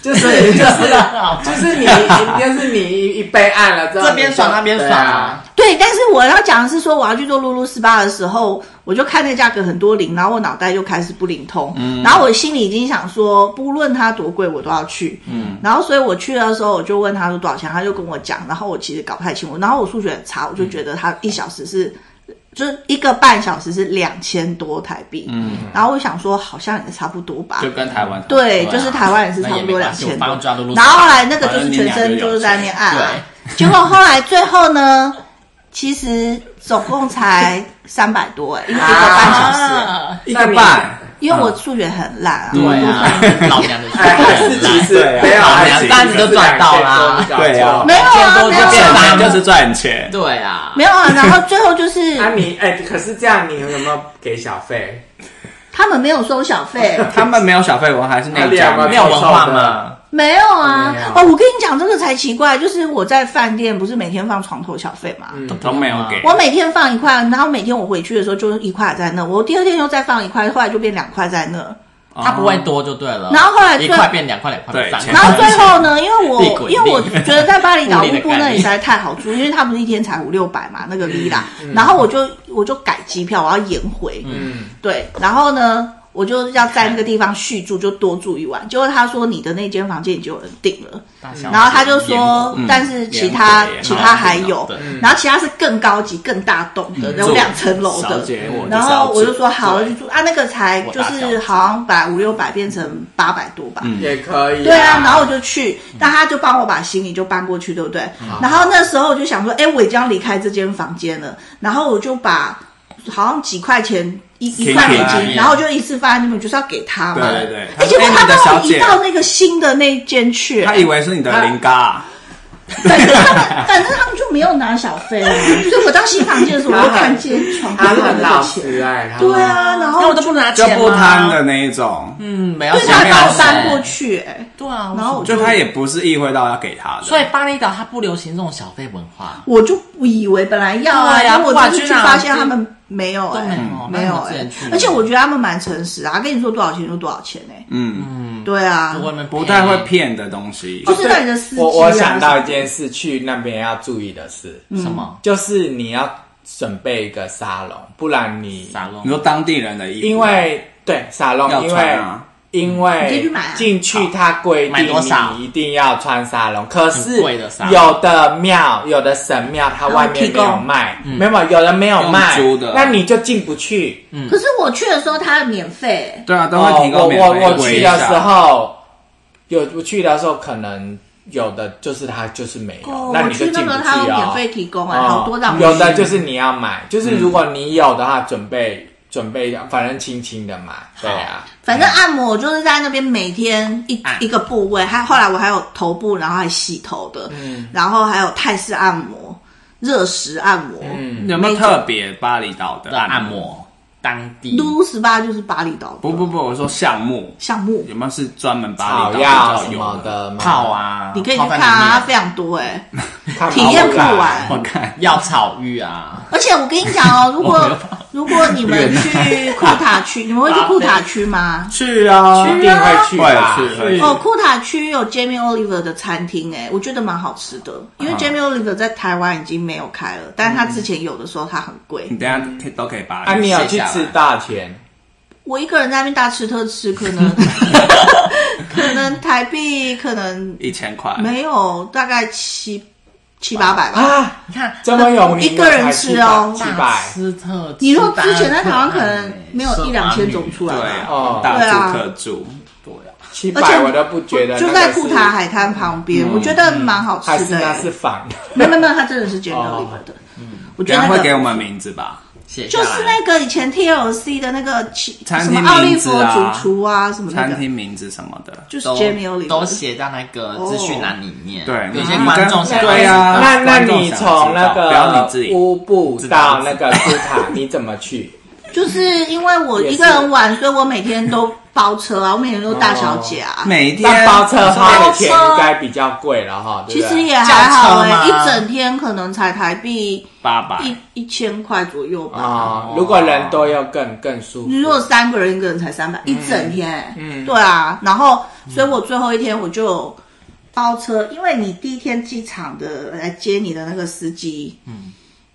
B: 就是就是就是你就是你一被按了之后，
C: 这边爽那边爽啊
B: 啊，
A: 对，但是我要讲的是说，我要去做露露 SPA 的时候，我就看那价格很多零，然后我脑袋就开始不灵通，
C: 嗯
A: 然后我心里已经想说，不论它多贵，我都要去，嗯，然后所以我去的时候，我就问他说多少钱，他就跟我讲，然后我其实搞不太清楚，然后我数学很差，我就觉得他一小时是。就是一个半小时是两千多台币，嗯，然后我想说好像也差不多吧，
D: 就跟台湾
A: 对，
C: 对啊
A: 就是台湾也是差不多
C: 那也没
A: 两
C: 关系
A: 千
C: 我
A: 多
C: 帮你抓露露，丝
A: 然后后来那个就是全身就是在那边按啊， 结果后来最后呢，其实总共才三百多哎、一个半小时，
C: 啊
D: 一个半，
A: 因为我数学很烂啊，
C: 对啊，老娘的
B: 哎，还
C: 是
B: 是其实没有啊爱情，
C: 啊但你都赚到啦
D: 对啊
A: 没有啊，
C: 多
A: 没
C: 就
A: 有
C: 变
A: 啊，
D: 本来就是赚钱，
C: 对啊，
A: 没有啊，然后最后就是
B: 啊你哎，可是这样你有没有给小费？
A: 他们没有收小费，
D: 他们没有小费文还是那一家
B: 啊
D: 吗
C: 没有文化
B: 臭臭的
C: 吗？
A: 没有啊
B: 没有，
A: 哦，我跟你讲这个才奇怪，就是我在饭店不是每天放床头小费嘛，
B: 嗯
D: 都没有
C: 啊
D: 给。
A: 我每天放一块，然后每天我回去的时候就一块在那，我第二天又再放一块，后来就变两块在那，
C: 它不会多就对了。
A: 然后后来
C: 一
A: 最
C: 块变两块，两块变
D: 对
C: 三块。
A: 然后最后呢，因为
C: 利
A: 我
C: 滚利
A: 因为我觉得在巴厘岛乌布那里实在太好 住，因为他不是一天才五六百嘛，那个 villa，、然
D: 嗯
A: 后我就我就改机票，我要延回，
B: 嗯，
A: 对，然后呢，我就要在那个地方续住，就多住一晚。结果他说你的那间房间已经有人订了，
D: 哦
C: 大小
A: 然后他就说
D: 延，回
A: 但是其他
D: 延回
A: 其他还有
D: 对，
A: 然后其他是更高级、更大栋的，
D: 嗯
A: 有两层楼
D: 小
A: 的，
D: 姐我就是
A: 然
D: 要
A: 后
D: 住
A: 我就说好，我
D: 对
A: 就住啊，那个才就
D: 我打
A: 是
D: 小嗯
A: 好像把五六百变成八百多吧，
B: 也可以。
A: 对啊，然后我就去，那他就帮我把行李就搬过去，对不对？然后那时候我就想说，哎，我已经要离开这间房间了，然后我就把好像几块钱一一
D: 给
A: 块美
D: 他
A: 金，然后就一次放在那边，我就是要给他嘛。
D: 对对对
A: 哎，结果他
D: 他说哎你的
A: 把我
D: 小
A: 移
D: 姐
A: 到那个新的那间去，
D: 他以为是你的零嘎，
A: 反正他们反正他们就没有拿小费啊，所以我到新房间的时候，我就看见床
B: 他
A: 上的
B: 很
A: 那
B: 老
A: 个钱。
B: 实哎，他
A: 对啊，然后
C: 我都不拿
D: 就
C: 钱
D: 不贪的那一种，
C: 嗯，没有
A: 对
C: 钱
A: 他
C: 没有
A: 把我
C: 钱
A: 搬过去，哎，
C: 对啊，
A: 然后我
D: 就他也不是意会到要给他的，
C: 所以巴厘岛它不流行这种小费文化，
A: 我就不以为本来要啊，
C: 对啊
A: 然后我
C: 不管
A: 就是
C: 去
A: 去
C: 哪
A: 发
C: 儿
A: 现
C: 就
A: 他们没有、欸，
C: 都没有
A: 没有、
C: 那你们之
A: 欸
C: 前去，
A: 而且我觉得他们蛮诚实的、啊，跟你说多少钱就多少钱呢、哎
D: 嗯，
A: 对啊，
C: 外面
D: 不太会骗的东
B: 嗯
D: 西
A: 就。是在你的司机、啊。
B: 我我想到一件事，去那边要注意的事，
A: 嗯
C: 什么
B: 就是你要准备一个沙龙，不然你
C: 沙龙
D: 你，说当地人的衣服，
B: 因为对沙龙，
D: 要
B: 因为、
D: 穿啊
B: 因
A: 你可以去
B: 为
A: 买啊
B: 进去它规
C: 买
B: 定
C: 多少
B: 你一定要穿沙龙，可是
C: 很贵的沙龙
B: 有的庙、有的神庙它外面没有卖，没有有的没有卖
D: 嗯用租的，
B: 那你就进不去。
A: 可是我去的时候他免费、欸，
D: 对啊，都
B: 哦
D: 会提
B: 我
D: 供免
B: 我
D: 费
B: 我去
D: 回忆
B: 的
D: 一下
B: 时候，有我去的时候可能有的就是它就是没有，
A: 哦，
B: 那
A: 我
B: 你就
A: 去
B: 进
A: 那
B: 不
A: 个他有
B: 去
A: 免
B: 哦。
A: 费提供啊，
B: 哦
A: 好多让我
B: 有的
A: 选
B: 就是你要买，就是如果你有的话，准备准备，反正轻轻的买，对啊。
A: 反正按摩我就是在那边每天一、
C: 按
A: 一个部位，还后来我还有头部，然后还洗头的，然后还有泰式按摩、热石按摩。
D: 有没有特别巴厘岛的
C: 的按？摩，当地
A: 嘟嘟 SPA 就是巴厘岛的
D: 不不不，我说项目
A: 项目，
D: 有没有是专门巴
B: 草
D: 厘
B: 药
D: 岛比
B: 什
D: 较
B: 么
D: 有？
B: 的吗
C: 泡，啊，
A: 你可以去
C: 泡在
A: 看
C: 里
A: 啊，它
C: 面
A: 非常多哎、
B: 看
A: 体验不
B: 跑步啦
A: 完。
D: 我看
C: 药草浴啊，
A: 而且我跟你讲哦，如
C: 我没
A: 果
C: 有办
A: 如果你们去库塔区，你们会去库塔区吗？
D: 去啊，
B: 一定会去啊吧？
D: 会去会去
A: 哦，库塔区有 Jamie Oliver 的餐厅，哎，我觉得蛮好吃的。因为 Jamie Oliver 在台湾已经没有开了，但是他之前有的时候它很贵。
D: 你等一下可以都可以巴
B: 啊，你
D: 厘。
B: 有去吃大田？
A: 我一个人在那边大吃特吃，可能可能台币可能
D: 一千块，
A: 没有，大概七七八百吧。
B: 啊，
C: 你看
B: 这么有
A: 我
B: 名，
A: 一个人吃哦
B: 七百
C: 斯特，
A: 你说之前在台湾可能没有一两千种出来
D: 对
A: 吧，
B: 哦
D: 啊，大住特住，
C: 对啊，
B: 七
A: 而且
B: 百，我都不觉得那
A: 就
B: 个
A: 在
B: 是
A: 库塔海滩旁边，我觉得蛮好
B: 还
A: 吃
B: 是
A: 的、
B: 那
A: 欸。
B: 是仿的。
A: 没 有没有没有，它真的是 Jamie Oliver 的。我觉
D: 等一
A: 得
D: 下
A: 那
D: 会给
A: 个
D: 我们名字吧？
C: 写下
A: 就
C: 来
A: 是那个以前 TLC 的那个其
D: 餐
A: 什
D: 厅
A: 么奥利
D: 名字
A: 佛
D: 啊
A: 主厨啊，什么那
D: 餐
A: 个，
D: 厅名字什么的，
A: 就是
C: 都
A: Jamie Oliver
C: 都写在那个资讯栏里面，
D: 对
C: 有些
D: 你
C: 观众
D: 跟
C: 想要
D: 对啊
B: 那那
D: 观众
B: 你
D: 想
B: 从那
D: 知道不要你自
B: 个
D: 己
B: 乌布
D: 知道
B: 到那个库塔，你怎么 去？
A: 就是因为我一个人玩，所以我每天都包车啊，我每天都大小姐啊。
D: 每
B: 那
D: 天
B: 包车花的钱
A: 包车
B: 应该比较贵了哈，对
A: 其
B: 不
A: 实
B: 对？
A: 也还好哎、
C: 轿车吗
A: 一整天可能才台币
D: 八百，
A: 一一千块左右吧。
B: 啊，如果人多又更更舒服。
A: 你如果三个人，一个人才三百、一整天、欸，嗯，对啊。然后，所以我最后一天我就有包车，因为你第一天机场的来接你的那个司机，嗯，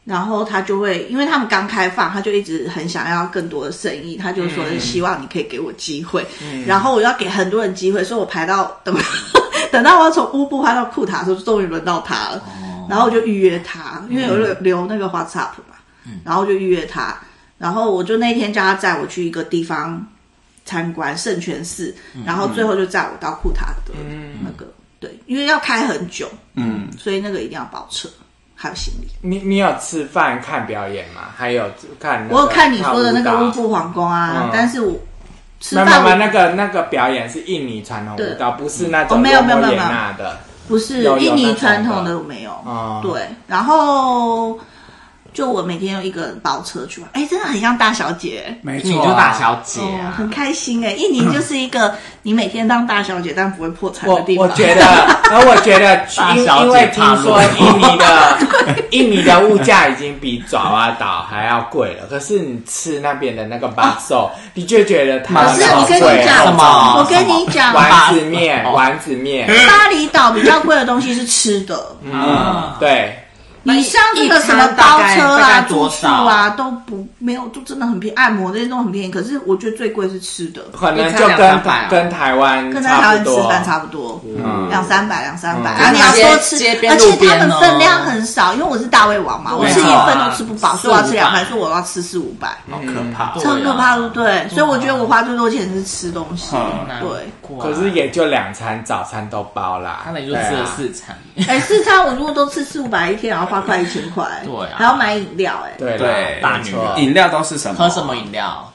A: 然后他就会，因为他们刚开放，他就一直很想要更多的生意，他就说希望你可以给我机会，然后我要给很多人机会，所以我排到 等等到我要从乌布排到库塔的时候，终于轮到他了，然后我就预约他，因为
B: 嗯
A: 有留留那个 WhatsApp 嘛，然后我就预约他。然后我就那天叫他载我去一个地方参观圣泉寺，
B: 嗯
A: 然后最后就载我到库塔的那个、对，因为要开很久，
D: 嗯，
A: 所以那个一定要包车，还有行李。
B: 你你有吃饭看表演吗？还有看那个
A: 我有看你说的那个
B: 跳舞蹈
A: 乌布皇宫啊，
B: 嗯
A: 但是我吃
B: 没
A: 饭
B: 有没有，
A: 我
B: 那个那个表演是印尼传统舞蹈，不是那
A: 哦
B: 种
A: 没有没有
B: 罗
A: 没
B: 摩
A: 有
B: 衍那的。
A: 不是
B: 有有
A: 印尼
B: 那种
A: 传统
B: 的
A: 的我没有，
B: 哦
A: 对，然后。就我每天用一个人包车去玩，哎、真的很像大小姐，
D: 没
C: 你
D: 错
C: 就
D: 啊，
C: 大小姐
A: 哦，
C: 啊
A: 很，开心哎、印尼就是一个你每天当大小姐但不会破产的
B: 我
A: 地方。
B: 我觉得， 然后我觉得
C: 大
B: 因
C: 小姐
B: 因为听
C: 踏入
B: 说印尼的 印尼的物价已经比爪哇岛还要贵了，可是你吃那边的那个巴寿，你就觉得它
A: 啊可是
B: 好
A: 我跟你
B: 贵
A: 讲，
B: 好
C: 啊什么
A: 我跟你讲，
B: 丸子面
C: 哦
B: 丸子面，
A: 巴厘岛比较贵的东西是吃的，
B: 嗯，对，
A: 你像这个什么包车啊、住宿啊都不没有，就真的很便宜，按摩那些都很便宜。可是我觉得最贵是吃的，
B: 可能
C: 一餐
B: 就
C: 两
B: 跟
C: 三百啊
B: 跟台湾
A: 跟在台
B: 差
A: 湾
B: 不
A: 吃
B: 多，
A: 饭差不多，
B: 嗯
A: 两三百、两三百。
B: 嗯
A: 然后你要说吃
C: 街街，边
A: 而且
C: 路
A: 他
C: 边
A: 们
C: 哦
A: 分量很少，因为我是大胃王嘛，
C: 对啊
A: 我吃一份都吃不饱，所以我要吃两份，
C: 四
A: 所
C: 五百
A: 以我要吃四五百，
D: 好可怕
C: 嗯，对
A: 哦这很嗯可怕，对不对？所以我觉得我花最多钱是吃东西。
D: 嗯
C: 难
A: 对
C: 怪
B: 可是也就两餐早餐都包啦，啊
C: 他那里就吃了四餐，
A: 哎，四餐我如果都吃四五百一天，然后花快一千块，
C: 对啊
A: 还要买饮料，哎，
B: 对啊对
D: 对
B: 啦，
C: 大
B: 没
C: 女
B: 错
D: 饮料都是什么？
C: 喝什么饮料？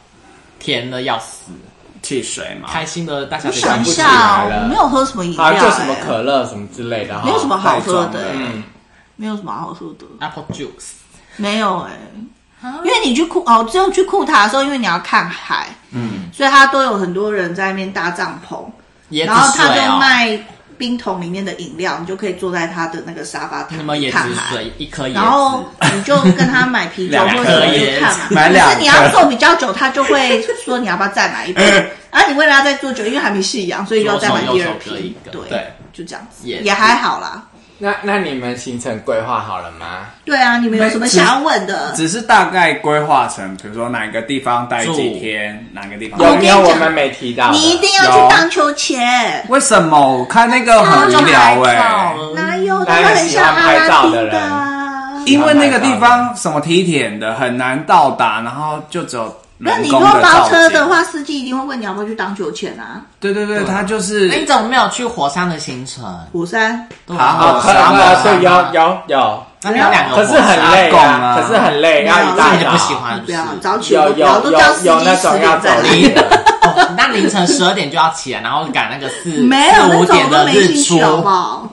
C: 甜的要死，
D: 啊汽水嘛？
C: 开心的大小
A: 我
C: 姐
A: 想一
B: 不起
A: 下
B: 来
A: 哦，
B: 了
A: 我没有喝什么饮料、
B: 啊，
A: 欸，
B: 就什么可乐什么之类的哈，
A: 没有什么好喝的、
D: 太
A: 欸
D: 重了
B: 嗯
A: 没有什么好喝的，
C: Apple Juice，
A: 没有哎、因为你去库哦，只有去库塔的时候，因为你要看海，嗯，所以他都有很多人在那边搭帐篷，
C: 椰
A: 然后
C: 子
A: 他
C: 水
A: 就
C: 哦，
A: 卖冰桶里面的饮料，你就可以坐在他的那个沙发
C: 什
A: 躺
C: 么椰
A: 看
C: 子
A: 海。
C: 水，一颗椰
A: 然后
C: 子，
A: 你就跟他买啤酒
C: 两
A: 或者什么
C: 颗
A: 就
C: 椰
A: 看
C: 子
A: 嘛，
B: 买
A: 可
B: 两
A: 是你要坐比较久，他就会说你要不要再买一瓶。然后你为了要再坐久，因为还没试一样，所以就要再买第二
C: 左手右手各一
A: 瓶。
C: 个
A: 对，
D: 对
A: 就这样子，
C: 也
A: 也还好啦。
B: 那那你们行程规划好了吗？
A: 对啊，你们有什么想要问的？
D: 只是大概规划成，比如说哪个地方待几天，哪个地方。
B: 有
A: 跟
B: 没
A: 你
B: 有
A: 讲
B: 我们没提到的？
A: 你一定要去荡秋千，
D: 为什么？我看那个很无聊哎、
A: 哪有？他
B: 哪有
A: 们很像阿
B: 喜欢拍照
A: 拉
B: 的
A: 丁
B: 人
A: 的啊。
D: 因为那个地方什么梯田的很难到达，然后就只有
A: 那你
D: 人
A: 坐
D: 工
A: 包
D: 的造
A: 车
D: 景。
A: 的话，司机一定会问你要不要去荡秋千啊？哎
D: 对对对，它就
C: 那你
D: 是
C: 怎么没有去火山的行程？
A: 虎山，
C: 对
D: 好
B: 哦，
D: 好
B: 可
D: 山
B: 能
D: 吗
B: 啊对，有有有，
C: 那你有两个
B: 可是很累
D: 拱啊
B: 可是很累，要一
A: 那
B: 大
A: 你
C: 你
B: 早。
C: 不喜
A: 你
C: 欢是
A: 不
C: 不
A: 要
C: 是？
A: 早起
B: 有
A: 不要，
B: 有
A: 都
B: 有
A: 叫司
B: 有
A: 机
B: 那
A: 十
B: 种要
A: 点再
B: 走
A: 来。
B: 夜的，
C: 哦，那凌晨十二点就要起来，然后赶那个四
A: 没有
C: 四
A: 那
C: 五
A: 种
C: 点
A: 我都
C: 的
A: 没
C: 日
A: 兴趣，，
C: 出
A: 好不好？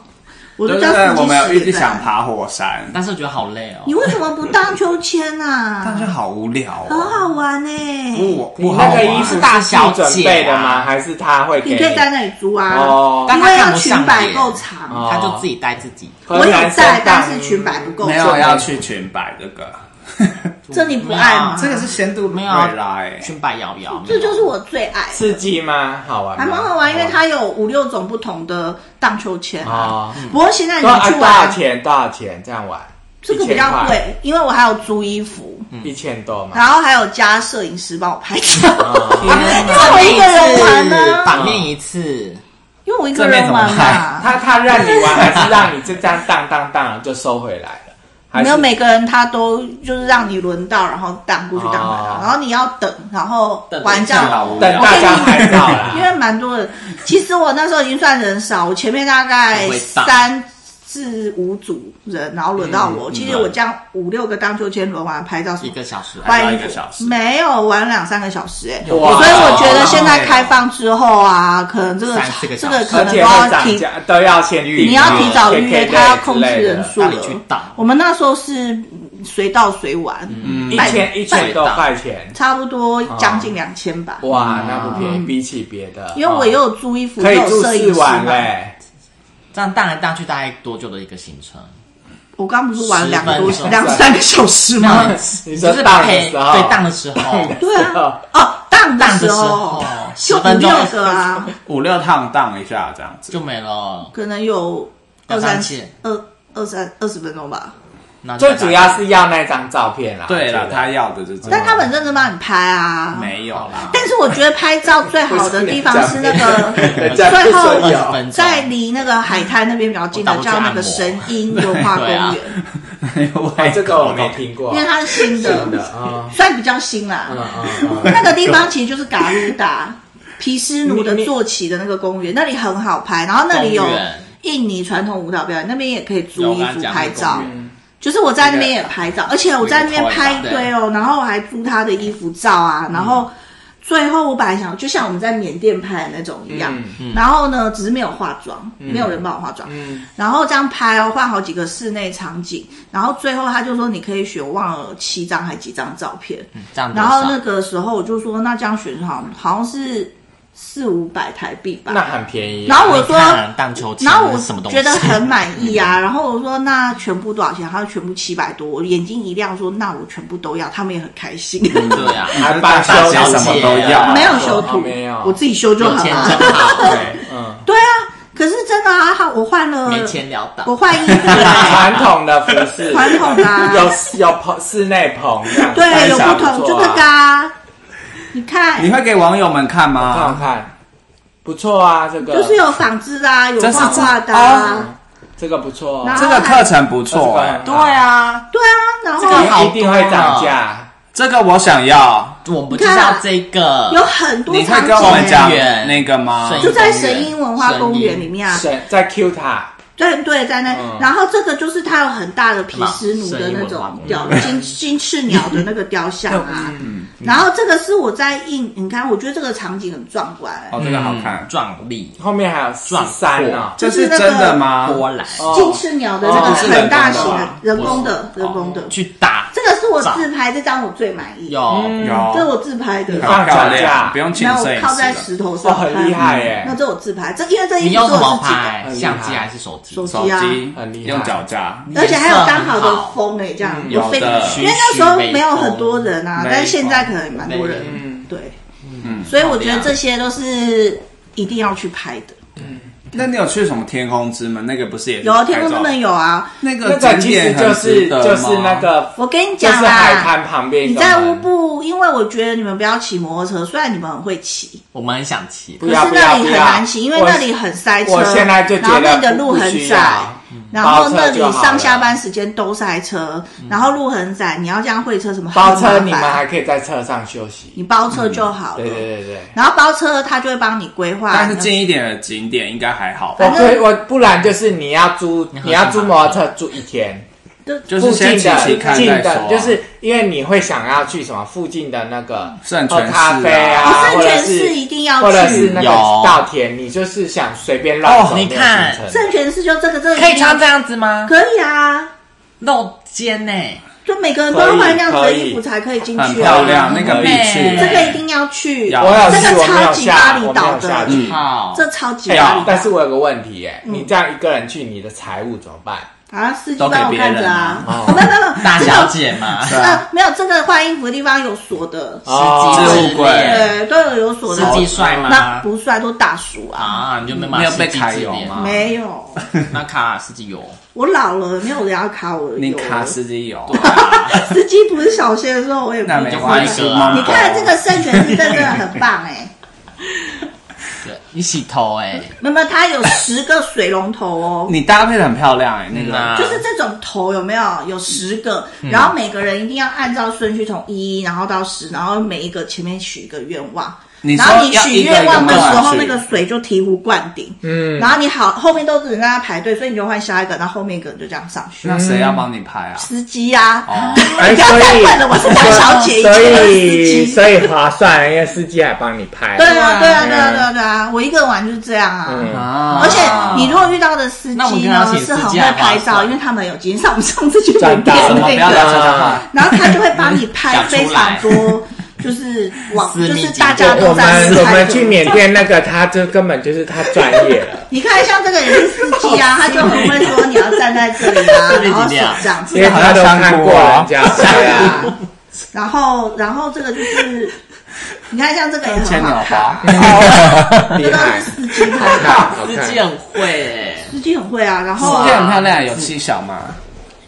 A: 我
D: 对
A: 都
D: 对
A: 叫司
D: 对，
A: 机
D: 我们有
A: 十
D: 一直
A: 点再
D: 想
A: 来。
D: 爬火山，
C: 但是我觉得好累哦。
A: 你为什么不荡秋千
D: 但
A: 啊？
D: 是好无聊
A: 很
D: 哦。
A: 好玩呢，
C: 嗯
D: 不
A: 你
D: 我
B: 你
D: 不好
B: 那
D: 玩
B: 个
A: 哦
B: 衣服
C: 是大小姐啊
B: 自己准备的吗？还是他会给
A: 可以在那里租啊，因
B: 哦
C: 但
A: 为
C: 他看
A: 要
C: 不
A: 裙
C: 上
A: 摆
C: 眼
A: 够长。
B: 哦
C: 他就自己带自己，
B: 可
A: 我
B: 是
A: 有
B: 男生
A: 在，但
B: 当
A: 是裙摆不够
D: 没
A: 长
D: 有。啊要去裙摆这个，
A: 这你不爱吗
D: 这个是仙度
C: 没啊有
A: 啊
C: 啊
D: 瑞拉哎，
C: 裙摆摇摇，啊
A: 这就是我最爱，
B: 刺激吗？好玩吗？
A: 还蛮好玩，因为它有五六种不同的荡秋千啊。
B: 哦，
A: 不过现在你
B: 多啊
A: 去
B: 多少
A: 玩
B: 钱？多少钱？这样玩？
A: 这个比
B: 一
A: 较
B: 千块，嗯
A: 贵，因为我还有租衣服，
B: 一千多嘛。
A: 然后还有加摄影师帮我拍照，
B: 哦
A: 因为我一个人玩啊呢，
C: 反面一次，
A: 因为我一个人玩
D: 正面怎么拍
A: 嘛。
B: 他他让你玩，还是让你就这样荡荡荡然后就收回来了？还
A: 没
B: 是
A: 有每个人他都就是让你轮到，然后荡过去荡过
B: 哦
A: 来，然后你要等，然后
C: 等
A: 玩这
C: 等
A: 样
C: 到
D: 好无
B: 等
D: 聊。
B: 大家拍照
A: 因
B: 啦。
A: 为蛮多人。其实我那时候已经算人少，我前面大概
C: 很会荡
A: 三至五组人，然后轮到我。其实我这样五六个荡秋千轮完拍照是
C: 一个小时，
A: 换
D: 一
A: 衣
D: 个小
A: 服，
D: 时
A: 没有玩两三个小时哎、欸。所以
B: 哇
A: 我觉得现
D: 好
A: 在
D: 累哦
A: 开放之后啊，可能这个
C: 三四个
A: 这
C: 小
A: 个
C: 时
A: 可
B: 而
A: 能都
B: 且
A: 要
B: 会涨
A: 提
B: 价，都要先预约，
A: 你要提早预约，
B: KK
A: 他要控制人数
C: 让
A: 了
C: 你去荡。
A: 我们那时候是随到随玩，
D: 嗯
B: 一千一千多块钱，
A: 差不多将近两千吧。
B: 哇，那不便宜，比起别的，
A: 嗯
B: 哦
A: 因为我也有租衣服，
B: 可
A: 也
B: 以
A: 有
B: 住
A: 摄
B: 四
A: 影师
B: 晚
A: 嘛。
B: 嘞，
C: 这样荡来荡去大概多久的一个行程？
A: 我刚不是玩了两个多
C: 十分钟
A: 两三个小时
C: 然
A: 吗
C: 后？
B: 你
C: 就
B: 说
C: 是把
B: 荡的
C: 陪
B: 时候
C: 对荡的时候，
A: 对 啊，哦，荡的
C: 荡的
A: 时
C: 时
A: 候
C: 候哦
A: 就
C: 十
A: 五
C: 分钟
A: 六个 啊，
D: 五六趟荡一下这样子，
C: 就没了。
A: 可能有二
C: 两
A: 三
C: 三千
A: 二二三二十分钟吧。
C: 那就
B: 最主要是要那张照片啦。
D: 对了，
B: 我觉得
D: 他要的就是这个，
B: 啊
A: 但他们认真帮你拍啊。
D: 没有啦，
A: 但是我觉得拍照最好的地方是那 个
B: 人家不
A: 最
B: 说
A: 后
C: 二
B: 有
C: 十分钟，
A: 在离那个海滩那边比较近的
C: 我倒不去
A: 叫那
C: 按
A: 个
C: 摩
A: 神鹰文化公
C: 对啊
A: 园，
B: 哦
D: 我
B: 这个我没听过，
A: 因为它是新的，
B: 真的啊，
A: 算比较新啦。
B: 嗯嗯 嗯，
A: 那个地方其实就是嘎鲁达皮斯奴的坐骑的那个公园，那里很好拍。然后那里有
C: 公园
A: 印尼传统舞蹈表演，那边也可以租衣服拍照
D: 有我刚刚讲的公。园
A: 就是我在那边也拍照，而且我在那边拍一堆哦，然后我还租他的衣服照啊，然后最后我本来想，就像我们在缅甸拍的那种一样，然后呢，只是没有化妆，没有人帮我化妆，
B: 嗯
A: 然后这样拍哦，换好几个室内场景，然后最后他就说你可以选，我忘了七张还几张照片，
C: 这样多
A: 然
C: 少，
A: 后那个时候我就说，那这样选好像好像是四五百台币吧。
B: 那很便宜。
A: 然
B: 啊
A: 后我
C: 你
A: 说，
C: 看荡秋千，
A: 然后
C: 什么
A: 我
C: 东西
A: 觉得很满意啊。 然后我说，那全部多少钱？他说全部七百多。我眼睛一亮，说那我全部都要。他们也很开心，
C: 对啊，
B: 还
D: 大
B: 帮
D: 小
B: 修
D: 姐
B: 图
D: 什么都要，
A: 没有修
B: 哦
A: 图
B: 没有，
A: 我自己修就
C: 有
A: 好
C: 钱
A: 了。
C: 真好，
D: 对，
B: 嗯，
A: 对啊，可是真的啊，他我换了，
C: 没钱潦倒。
A: 我换衣服了，
B: 传统的服
A: 啊
B: 饰，
A: 传统的啊
B: 有有棚室内棚这样，
A: 对，有
B: 三峡
A: 不同，
B: 错
A: 就
B: 啊
A: 这个啊。你看
D: 你，会给网友们看
B: 看好
D: 吗？
B: 看，不错啊，这个
A: 就是有纺织的啊，有
D: 这是
A: 画画的啊。
C: 哦
B: 这个不错哦，
A: 然后
D: 这个课程不错哎、
B: 这
C: 对
B: 个很好，
C: 啊，
A: 对啊，然后
C: 这个好
B: 一定会涨价。
D: 这个我想要，
C: 我们不知道这个
A: 有很多
D: 你
A: 场景
D: 会跟我们讲
A: 欸，
C: 园
D: 那个吗？
C: 水
A: 就在神鹰文化公园里面啊。
B: 神在 Q 他，
A: 对对，在那，
B: 嗯
A: 然后这个就是它有很大的毗湿奴的那种雕
C: 什么神鹰文化公园
A: 金金翅鸟的那个雕像啊。然后这个是我在印，你看，我觉得这个场景很壮观、欸
D: 哦，这个好看
C: 嗯，壮丽
B: 后面还有十三哦呢。
D: 这是真的吗？
C: 波澜
B: 哦
A: 金翅鸟的那个
B: 哦
A: 很大型
D: 是人工
A: 的
D: 的吧
A: 人工的人工的。
C: 哦去打
A: 这个是我
C: 照
A: 自拍这张我最满意，
C: 有
D: 有
A: 这我自拍的
B: 你，
D: 很
B: 放脚
D: 漂
B: 架
D: 亮，不用请
A: 然后
D: 摄
A: 我
D: 影
A: 靠在
D: 师
A: 石头
B: 哦，
A: 上拍，
B: 很厉害耶
A: 那！这我自拍，这因为这
C: 你
A: 衣
C: 用
A: 服是
C: 什么
A: 我自己
C: 拍？
B: 很厉害
C: 相机还是手机？
A: 手
D: 手
A: 机啊
D: 机
B: 很厉害
D: 用脚架，
C: 你
A: 而且还有刚好
C: 颜色很
A: 的
C: 好
A: 风哎、这样
D: 嗯
A: 有
D: 有
A: 非
D: 的
A: 因为那时候没有很多人啊
D: 徐，徐
A: 但是现在可能蛮多人
C: 美，
B: 嗯
A: 对，
D: 嗯
A: 所以我觉得这些都是一定要去拍的。
B: 嗯
D: 那你有去什么天空之门？那个不是也是
A: 有啊，天空之
D: 拍照
A: 门有啊，
D: 那个
B: 那个
D: 景
B: 其实
D: 点
B: 就
D: 很
B: 是
D: 值得
B: 就是
D: 吗
B: 那个，
A: 我跟你
B: 就
A: 讲
B: 是海
A: 啦，
B: 滩旁边一
A: 你
B: 个
A: 在
B: 门
A: 乌布，因为我觉得你们不要骑摩托车，虽然你们很会骑，
C: 我们很想骑
B: 不
A: 可
B: 要
A: 是那里
B: 不
A: 很
B: 要
A: 难骑，因为
B: 我
A: 那里很塞车，
B: 我现在就觉
A: 然后
B: 得
A: 那个路
B: 不
A: 很
B: 需
A: 窄
B: 要。
A: 然后
B: 包
A: 那
B: 车
A: 里
B: 就好了嗯
A: 上下班时间都塞车，然后路很窄，你要这样会车什么很
B: 包车，
A: 麻
B: 你们
A: 烦
B: 还可以在车上休息。
A: 你包车就好了。
B: 对对对对，
A: 然后包车他就会帮你规划，
D: 但是近一点的景点应该还好吧
B: 我
A: 反正
B: 可以我不然就是你要租
C: 你，很
B: 你要租摩托车租一天，
A: 就
D: 就是
B: 附
D: 先
B: 近
D: 骑骑
B: 的
D: 看
B: 近
D: 再说
B: 的
D: 啊，
B: 就是因为你会想要去什么附近的那个
D: 圣
B: 喝
D: 泉
B: 咖
D: 寺
B: 啡
D: 啊
B: 啊，
A: 不
B: 或
A: 是
B: 者
A: 全市
B: 是
A: 一定要
B: 或者是
A: 去。
B: 那个
C: 有
B: 稻田，你就是想随便乱走
C: 哦
B: 没有
C: 你看
B: 行程
A: 圣泉寺就这个这个
C: 可以穿
A: 这
C: 这样子吗？
A: 可以啊，
C: 露肩呢、
A: 就每个人都要
B: 可
A: 换
B: 以
A: 那样子
B: 可
A: 的
B: 以
A: 衣服才可以进
D: 很
A: 去
D: 漂
A: 啊。
D: 亮，那个必去。
C: 美
A: 这个一定要去，
D: 要
B: 我有
A: 这
B: 去，
A: 个
B: 我没
A: 超
B: 有
A: 级
B: 下
A: 巴，厘
B: 我没
A: 岛
B: 有下
A: 的，
B: 去。
C: 好，
A: 这超级
D: 哎
A: 巴厘岛。
B: 但是我有个问题，
A: 嗯
B: 哎，你这样一个人去，你的财务怎么办？
A: 啊，司机帮我看着啊，
B: 都
A: 哦
B: 给
A: 没有没有没有，
C: 大小姐嘛，
A: 这个呃没有这个换衣服的地方有锁的，
B: 哦
C: 司
D: 置
C: 机
D: 物柜
A: 对，都有有锁的
C: 司。机帅
A: 那
C: 吗？
A: 不算都大叔啊，
C: 啊，你就没买
D: 没有
C: 司
D: 被
C: 机
D: 揩
C: 之
D: 油
C: 恋
D: 吗
A: 没有，
C: 那卡司机有，
A: 我老了，没有人要卡我的
D: 你
A: 油
D: 卡
A: 了
D: 司机有，
C: 啊
A: 司机不是小鲜肉，我也不
D: 那没
A: 知道
D: 关系
C: 就换
A: 你
C: 一个啊
A: 看这个圣泉是真的很棒哎、
C: 对你洗头哎、
A: 那么它有十个水龙头哦，
D: 你搭配的很漂亮哎，那
C: 嗯啊
D: 个
A: 就是这种头有没有？有十个，
D: 嗯
A: 然后每个人一定要按照顺序从一然后到十，然后每一个前面许一个愿望。
D: 你
A: 然后
D: 说
A: 你
D: 要
A: 许
D: 一个一个
A: 愿望的时候，
D: 灌
A: 那
D: 进去
A: 个水就醍醐灌顶。
B: 嗯
A: 然后你好，后面都是人在排队，所以你就换下一个，然后后面一个人就这样上去。
D: 那谁要帮你拍啊？
A: 司机啊，
D: 哦
B: 哎
A: 你不要再问了，我是江小姐，以前
B: 所
A: 的
B: 以
A: 司机。
B: 所以划算，因为司机还帮你拍。
A: 对啊，对啊，对啊，对啊，对啊，我一个人玩就是这样啊。
B: 嗯，
C: 啊
A: 而且你如果遇到的司
C: 那我们
A: 机
C: 跟他
A: 呢
C: 请，
A: 是
C: 司
A: 很
C: 机
A: 会
C: 来
A: 拍
C: 划
A: 照，
C: 算
A: 因为他们有经上上次去缅
B: 赚到
A: 甸
D: 什么不
A: 那
D: 要聊悄悄
A: 个，
D: 话，
A: 然后他就会帮你拍
C: 讲出
A: 非常
C: 来
A: 多，就是网，
C: 私密
A: 就是
C: 景
A: 大
C: 点
A: 家
B: 我
A: 都在
B: 们
A: 自
B: 我
A: 拍
B: 们
A: 的
B: 去缅甸那个，他就根本就是他专业了，
A: 你看，像这个也是司机啊，他就很会说你要站在这里啊，
C: 这里
A: 然后
C: 怎么
A: 手
C: 样
A: 这样子
B: 因为他都看过人 家拍啊。
A: 啊，然后然后这个就是，你看像这个也
D: 牵
A: 很
D: 鸟
A: 好看
D: 花
A: 啊，，
B: 厉害，
A: 司机 拍的，
B: 好
C: 司机
B: 看。
C: 很会哎、
A: 司机很会啊，然
D: 世
A: 后
D: 界
A: 啊
D: 很漂亮，有细小吗？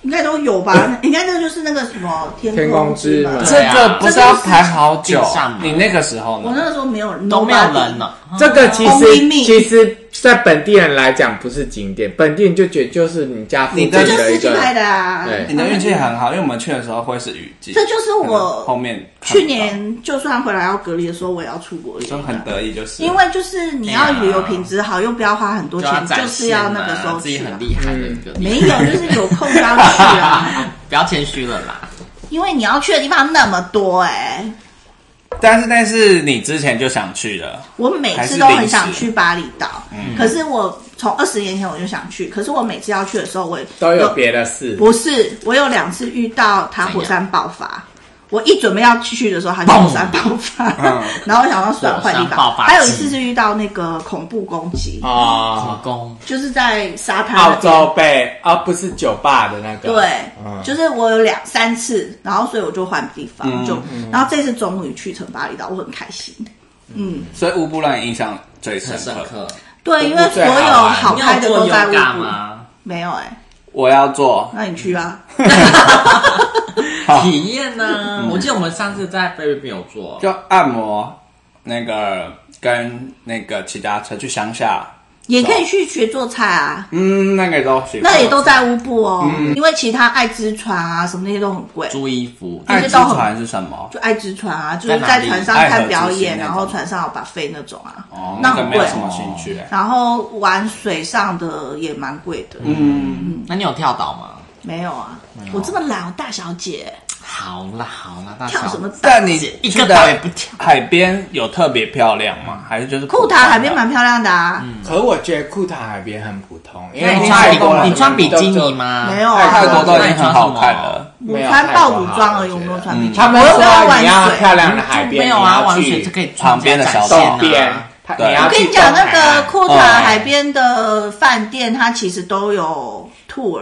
A: 应该都有吧，应该这个就是那个什么天
B: 天空
A: 空
B: 之
A: 门
B: 门
D: 这个不是要排好
B: 啊
C: 这
D: 久
C: 个是上？门
D: 你那个时候
A: 我
D: 呢？
A: 那个时候没有人，
C: 都没有哦人啊了，
B: 这个其
A: 红咪
B: 实
A: 咪
B: 其实，在本地人来讲不是景点，本地人就觉得就是你家附近
D: 你的
A: 这就是
B: 的一
A: 司机
B: 个。
A: 拍的啊。
B: 哦对
D: 你的运气很好，因为我们去的时候会是雨季，
A: 这就是我
D: 后面看不到
A: 去年就算回来要隔离的时候，我也要出国旅
D: 就
A: 行
D: 很得意，就是
A: 因为就是你要旅游品质好，又不要花很多
C: 哎就要
A: 钱，
C: 展
A: 就是要
C: 现
A: 那个
C: 啊
A: 时候
C: 自己
A: 去、
C: 很
A: 啊。
C: 厉害的一个地方，
A: 没有，就是有空就要去 啊，
C: 不要谦虚了啦。
A: 因为你要去的地方那么多哎、
D: 但是那是你之前就想去的，
A: 我每次都很想去巴厘岛，可是我从二十年前我就想去，可是我每次要去的时候，我
B: 都有别的事，
A: 不是，我有两次遇到它火山爆发。我一准备要去的时候，它就火山爆发，
D: 嗯
A: 然后我想要算了换地
C: 火山爆
A: 方。
C: 发
A: 还有一次是遇到那个恐怖攻击，
C: 老
B: 啊，
C: 公，
A: 就是在沙滩那
B: 澳
A: 边
B: 洲杯啊，不是酒吧的那个。
A: 对，
B: 嗯
A: 就是我有两三次，然后所以我就换地方，
D: 嗯
A: 就然后这次终于去成巴厘岛，我很开心。嗯，
D: 所以乌布让你印象最深
C: 很深
D: 刻。
C: 刻。
A: 对，因为所有好
C: 哦你
A: 拍
C: 有
A: 的
C: 做
A: 都在
C: y
A: 乌
C: o
A: 布，
C: 吗？
A: 没有哎、
D: 我要做，
A: 那你去啊？
D: 好
C: 体验呢、
A: 嗯
C: 我记得我们上次在菲律宾有做，
D: 就按摩那个跟那个骑脚踏车去乡下，
A: 也可以去学做菜啊，
D: 嗯，那个都行，
A: 那也都在乌布哦，因为其他爱之船啊什么那些都很贵，
C: 租衣服，
A: 那
D: 爱
A: 些
D: 之
A: 都很
D: 船是什么？
A: 就爱之船啊，就是
C: 在哪
A: 在
C: 里
A: 船上
D: 爱河
A: 看表
D: 之心
A: 演，
D: 那
A: 然后
D: 种
A: 船上有把费那种啊，
D: 哦，
A: 那
D: 个
A: 很
D: 没有
A: 贵
D: 什。么兴趣。
A: 然后玩水上的也蛮贵的，
D: 嗯，
C: 那你有跳岛吗？
A: 没有啊，我这么懒，我大小姐
C: 好啦好啦，大小
A: 跳什么？
D: 但你
C: 一
D: 去
C: 个
D: 的
C: 岛也不跳，
D: 海边有特别漂亮吗？还是就是
A: 库
D: 塔
A: 塔海边蛮漂亮的啊，
B: 可我觉得库塔海边很普通，因
C: 那
B: 为
C: 哎你
B: 泰
C: 穿
B: 国
C: 比
B: 人
C: 你穿比基尼？吗？
A: 没有
D: 泰
A: 啊，
D: 国都已经很好看了，
A: 我
B: 没有
A: 穿
B: 太
A: 爆
B: 多
A: 乳
B: 好
A: 装
B: 我
A: 而已，
B: 觉
A: 我没有
B: 得
A: 穿背心。
B: 嗯
D: 嗯
B: 他们
A: 我有
B: 说
A: 在
B: 你要
A: 玩水
B: 漂亮的海边，
C: 没有
B: 你
C: 啊，
B: 要
C: 玩水
B: 去
C: 就可以
D: 旁边的小
C: 展现啊
B: 东边，他你
D: 对
B: 要
A: 我跟
B: 去啊
A: 你讲，
B: 东
A: 那
B: 海
A: 个
B: 岸
A: 库
D: 哦
A: 塔海边的饭店，它其实都有 tour，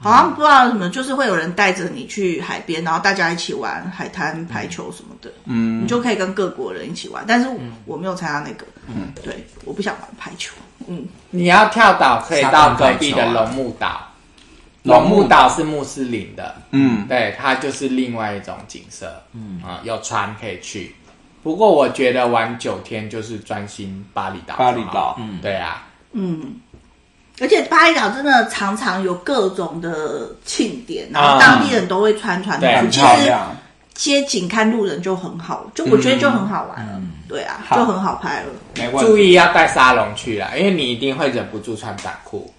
A: 好像不知道什么，就是会有人带着你去海边，然后大家一起玩海滩排球什么的，嗯，你就可以跟各国人一起玩。但是我
B: 嗯
A: 我没有参加那个，嗯，对，我不想玩排球，嗯，
B: 你要跳岛可以到隔壁的
D: 沙滩排球啊
B: 龙目岛，
D: 龙
B: 龙
D: 目
B: 目岛是穆斯林的，
D: 嗯，
B: 对，它就是另外一种景色，嗯啊、有船可以去。不过我觉得玩九天就是专心巴厘岛就好，
D: 巴厘岛
B: 嗯，对啊，
A: 而且巴厘岛真的常常有各种的庆典，然后
B: 啊
A: 当地人都会穿传
B: 对
A: 统，
D: 很
A: 其
D: 漂
A: 实
D: 亮。
A: 街景看路人就很好，就我觉
B: 嗯
A: 得就很好玩
D: 嗯
A: 了，对啊，就
D: 好
A: 很好拍了。
D: 没问题。
B: 注意要带沙龙去啦，因为你一定会忍不住穿短裤。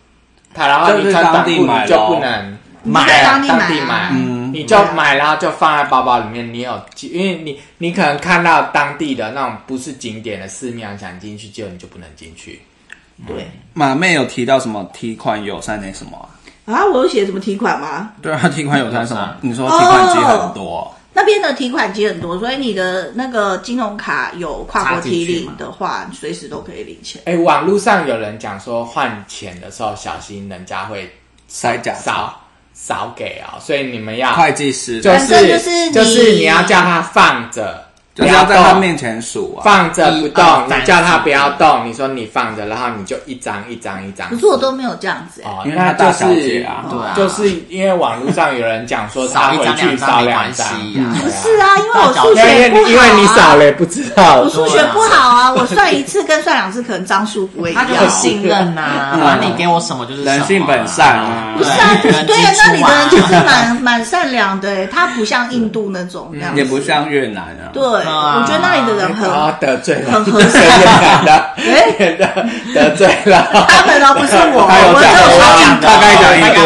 B: 他然后
D: 就是
B: 你穿短裤
D: 当地买
B: 你就
D: 咯
B: 不能
A: 买
B: 对
A: 当地买啊
B: 当地买，
D: 嗯
B: 你就买然后就放在包包里面。你有，因为你你可能看到当地的那种不是景点的寺庙，想进去就你就不能进去。
A: 对
D: 马妹有提到什么提款友善那什么、啊？
A: 啊，我有写什么提款吗？
D: 对啊，提款友善什么？你说
A: 哦
D: 提款机很多，
A: 那边的提款机很多，所以你的那个金融卡有跨国提
C: 插进去
A: 领
C: 嘛
A: 的话，你随时都可以领钱。
B: 哎，网络上有人讲说换钱的时候小心人家会
D: 塞假钞，
B: 少少给哦，所以你们要
D: 会计师
B: 就
A: 反正就是是
B: 就是
A: 你
B: 你要叫他放着，
D: 就
B: 不
D: 是要在他
B: 动
D: 面前数啊。
B: 放着不
C: 一二
B: 动，
C: 三
B: 你叫他
C: 四
B: 不要动，你说你放着，然后你就一张一张一张。
A: 可是我都没有这样子、欸，
B: 哦，
D: 因为
B: 那
D: 他大
B: 就
D: 小姐
B: 是
D: 啊
C: 对啊
B: 就是因为网络上有人讲说他
C: 少一
B: 回
C: 张
B: 去
C: 两
B: 少
C: 张没
B: 两
C: 关
B: 张，
C: 系啊。
A: 不是啊，因为我数
B: 因为
A: 学不好、啊，
B: 因为你少了也不知道
A: 我，数学不好啊，我算一次跟算两次可能张数不会一
C: 他
A: 样
C: 就。很信任啊呐、反正你给我什么就是什么啊
D: 人性本善啊
A: 不是啊，就
C: 对
A: 是
C: 人之
A: 对啊，那里的人就是
C: 初啊
A: 蛮 蛮善良的、欸，他不像印度那种那样子
D: 嗯也不像越南啊。
A: 对，我觉得那里的人很，
B: 啊得罪了，
A: 很合
B: 得
A: 适
B: 罪 了，得罪了。
A: 他们哦不是我，
B: 他有
A: 我只
B: 讲啊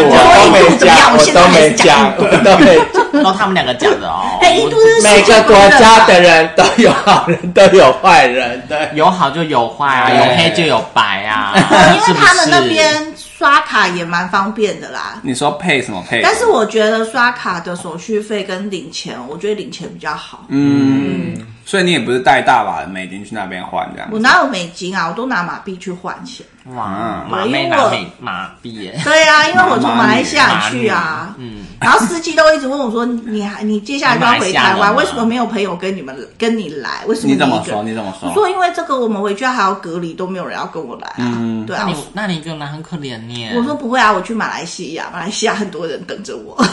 A: 有说印
B: 我大概讲印度，我都没讲，我都没讲，我都没讲。
C: 都他们两个讲的哦。
A: 哎印度 是
B: 每个国家的人都有好人，都有坏人，对。
C: 有好就有坏啊，
B: 对
C: 有黑就有白啊，
A: 对，因
C: 是
A: 为
C: 不
A: 他们
C: 是
A: 那边刷卡也蛮方便的啦。
D: 你说配什么配？
A: 但是我觉得刷卡的手续费跟领钱，我觉得领钱比较好。
D: 嗯，所以你也不是带大把的美金去那边换这样
A: 我
D: 子。
A: 哪有美金啊？我都拿马币去换钱。
C: 哇，马
A: 因为
C: 妹拿
A: 我
C: 美马币耶，
A: 对啊，因为我从马来西亚
C: 马
A: 去啊，
C: 嗯，
A: 然后司机都一直问我说：“你还你接下来就要回台湾，为什么没有朋友跟你们跟你来？为什么
D: 你怎么
A: 一个
D: 说？
A: 人？”
D: 你怎么说
A: 我？说：“因为这个我们回去还要隔离，都没有人要跟我来啊。
D: 嗯
A: 对
C: 那
A: 啊。
C: 你那你一个人很可怜呢。
A: 我说不会啊，我去马来西亚，马来西亚很多人等着我。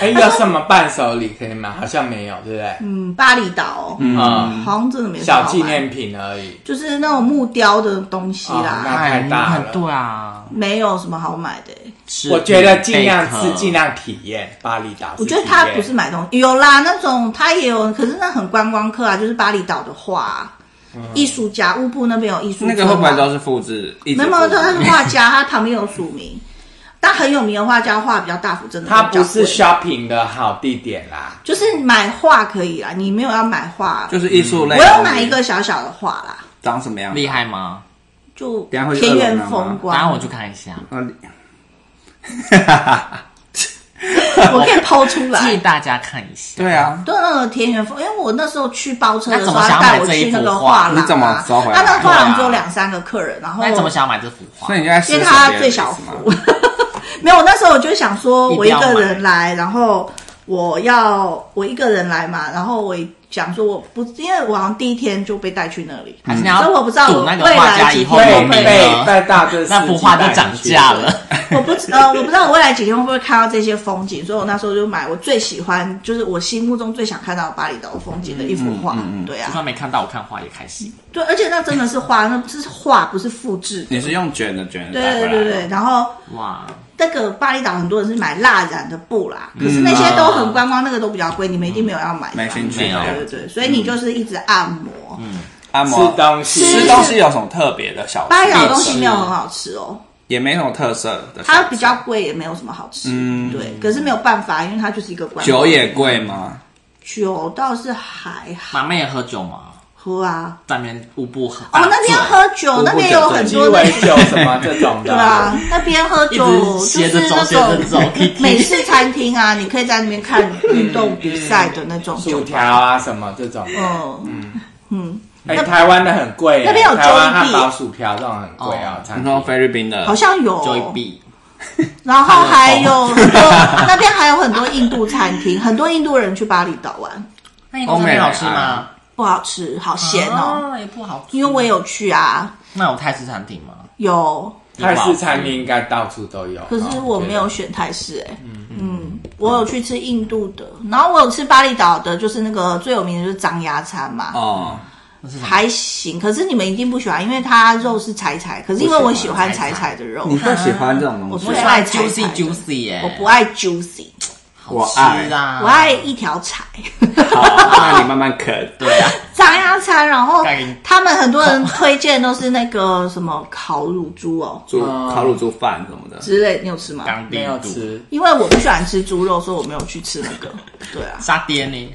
B: 哎，有什么伴手礼可以买？好像没有，对不对？
A: 嗯，巴厘岛，
B: 嗯，
A: 好像真的没什么
B: 小
A: 好
B: 纪
A: 玩
B: 念品而已。
A: 就是那种木雕的东西
B: 哦那
D: 啊
A: 啦，
C: 哎
B: 太大了
C: 很对啊，
A: 没有什么好买的欸、
C: 是
B: 我觉得尽量
C: 贝壳
B: 是尽量体验巴厘岛。
A: 我觉得他
B: 体验
A: 不是买东西，有啦，那种他也有，可是那很观光客啊，就是巴厘岛的画啊、艺术家乌布那边有艺术村嘛，
D: 嗯那个会不会都是复制？一直
A: 没有没有，
D: 复制
A: 他是画家，他旁边有署名，但很有名的画家画比较大幅，真的
B: 它
A: 比较
B: 不是
A: 贵
B: shopping 的好地点啦。
A: 就是买画可以啦，你没有要买画，
D: 就是艺术类。
A: 我有买一，个小小的画啦，
D: 长什么样？
C: 嗯厉害吗？
A: 就
D: 等一下会去
A: 田
D: 二
A: 园
D: 楼拿吗
A: 风
C: 然后
A: 光
C: 我，去看一下，
D: 啊厉哈哈
A: 我可以剖出
C: 替
A: 来。
C: 大家看一下。
D: 对啊，
A: 对，那个田园风，因为我那时候去包车的时候，
C: 那怎么
A: 他
C: 想要
A: 带
C: 买
A: 我
C: 这一
A: 去那
C: 幅
A: 个
C: 画
A: 画廊、啊，
D: 你怎么收回来
A: 他那个画廊只有
C: 对啊
A: 两三个客人，然后
C: 那你怎么想要买这幅画
D: 所以？你现在
A: 因为
D: 施舍
A: 他
D: 别人
A: 最
D: 的
A: 小
D: 意思吗
A: 幅。 没有，我那时候我就想说，我一个人来，然后我要我一个人来嘛，然后我想说我不，因为我好像第一天就被带去那 里，
C: 还是你
A: 所以
C: 要
A: 我不知道我
C: 赌那个
A: 未
C: 画
A: 来
C: 家
A: 几
C: 以
A: 天
C: 后
A: 会
C: 有
B: 被
A: 不会
C: 名
B: 被
C: 了，
B: 被大这
C: 那幅画就涨价了。
A: 我不知呃，我不知道我未来几天会不会看到这些风景，所以我那时候就买我最喜欢，就是我心目中最想看到的巴厘岛风景的一幅画。对
C: 就
A: 啊，
C: 算没看到，我看画也开心。
A: 对，而且那真的是画，那是画，不是复制的。
D: 你是用卷的卷的
A: 对啊
D: 带回
A: 对对
D: 来
A: 对，
D: 的，
A: 然后
C: 哇，
A: 那个巴厘岛很多人是买蜡染的布啦，可是那些都很观光，那个都比较贵，你们一定没有要买的吧。
D: 没兴趣
C: 嗯没啊有
D: 这样
A: 对对对，所以你就是一直按摩。
C: 嗯
D: 按
B: 吃
D: 摩
B: 东西，
D: 吃东西有什么特别的小
A: 巴厘岛的
D: 吃
A: 东西没有很好吃
C: 嗯
A: 哦，
D: 也没什么特色的小吃，
A: 它比较贵，也没有什么好吃。
D: 嗯
A: 对，可是没有办法，因为它就是一个观光
D: 酒也贵吗？
A: 酒倒是还好，
C: 妈妹也喝酒吗？
A: 喝啊。
C: 在那边舞步很
A: 哦，那边喝酒，那边有很
B: 鸡
A: 多那
B: 尾酒什么这种
A: 对
B: 的，
A: 啊，那边喝
C: 一
A: 酒
C: 直
A: 就
C: 斜
A: 是
C: 着走，
A: 那
C: 斜着 走
A: 种，美
C: ，Kiki
A: 式餐厅啊，你可以在那边看运动比赛的那种酒
B: 薯。条啊什么这种的。
A: 嗯，
B: 哎、台湾的很贵耶，
A: 那边有
B: 台湾
A: Jollibee
B: 汉堡、薯条这种很贵哦
C: 哦，
B: 餐
D: 你
B: 厅
D: 说菲律宾的，
A: 好像有。哦
C: Joy B，
A: 然后还有很 多，那边还有很多印度餐厅，很多印度人去巴厘岛玩，
C: 那你公面好吃吗？
A: 不好吃，好咸哦。
C: 啊啊，也不好吃。
A: 因为我有去啊，
C: 那有泰式餐厅吗？
A: 有，
B: 泰式餐厅应该到处都有。哦啊
A: 可是我没有
B: 觉
A: 选泰式、哎，啊嗯，我有去吃印度的，然后我有吃巴厘岛的，就是那个最有名的就是张鸭餐嘛，
D: 哦，
C: 那是什么
A: 还行。可是你们一定不喜欢，因为它肉是柴柴，可是因为我喜欢柴柴的肉，
D: 你会喜欢这种东西
A: 我
C: 我
A: 喜
C: 喜
A: 欢
C: 欢
A: 柴柴
C: juicy
A: 的
C: juicy 耶，
A: 我不爱 juicy，
D: 我爱
C: 吃啊，
A: 我爱一条柴。
D: 好，那你慢慢啃。
C: 对啊，
A: 张鸭餐，然后
C: 盖给你
A: 他们很多人推荐都是那个什么烤乳猪哦
D: 猪
B: 嗯
D: 烤乳猪饭什么的，
A: 之类，你有吃吗？
C: 刚
B: 没有
C: 冰毒
B: 吃，
A: 因为我不喜欢吃猪肉，所以我没有去吃那 个。对啊，
C: 沙爹呢？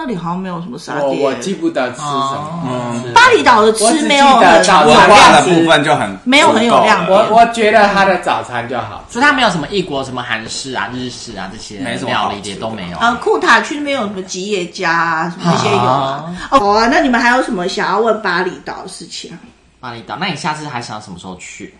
A: 那里好像没有什么沙
B: 我哦我
A: 爹。
B: 记不得吃什
A: 哦
B: 么。
C: 嗯，
A: 巴厘岛的
B: 我只
A: 吃
B: 记
A: 没有
B: 得
A: 很
B: 炸
D: 文
B: 酱
D: 化的
B: 吃
D: 部分就很
A: 没有很有量
D: 足够了
B: 我我觉得他的早餐就好吃
C: 所以，它没有什么异国什么韩式啊、日式啊这些
D: 没什么
C: 料
D: 好
C: 理
D: 吃
C: 也
D: 的
C: 都没有。啊
A: 呃，库塔区那边有什么吉野家啊，什么那些有啊。哦，啊那你们还有什么想要问巴厘岛的事情啊
C: 巴厘岛，那你下次还想什么时候去？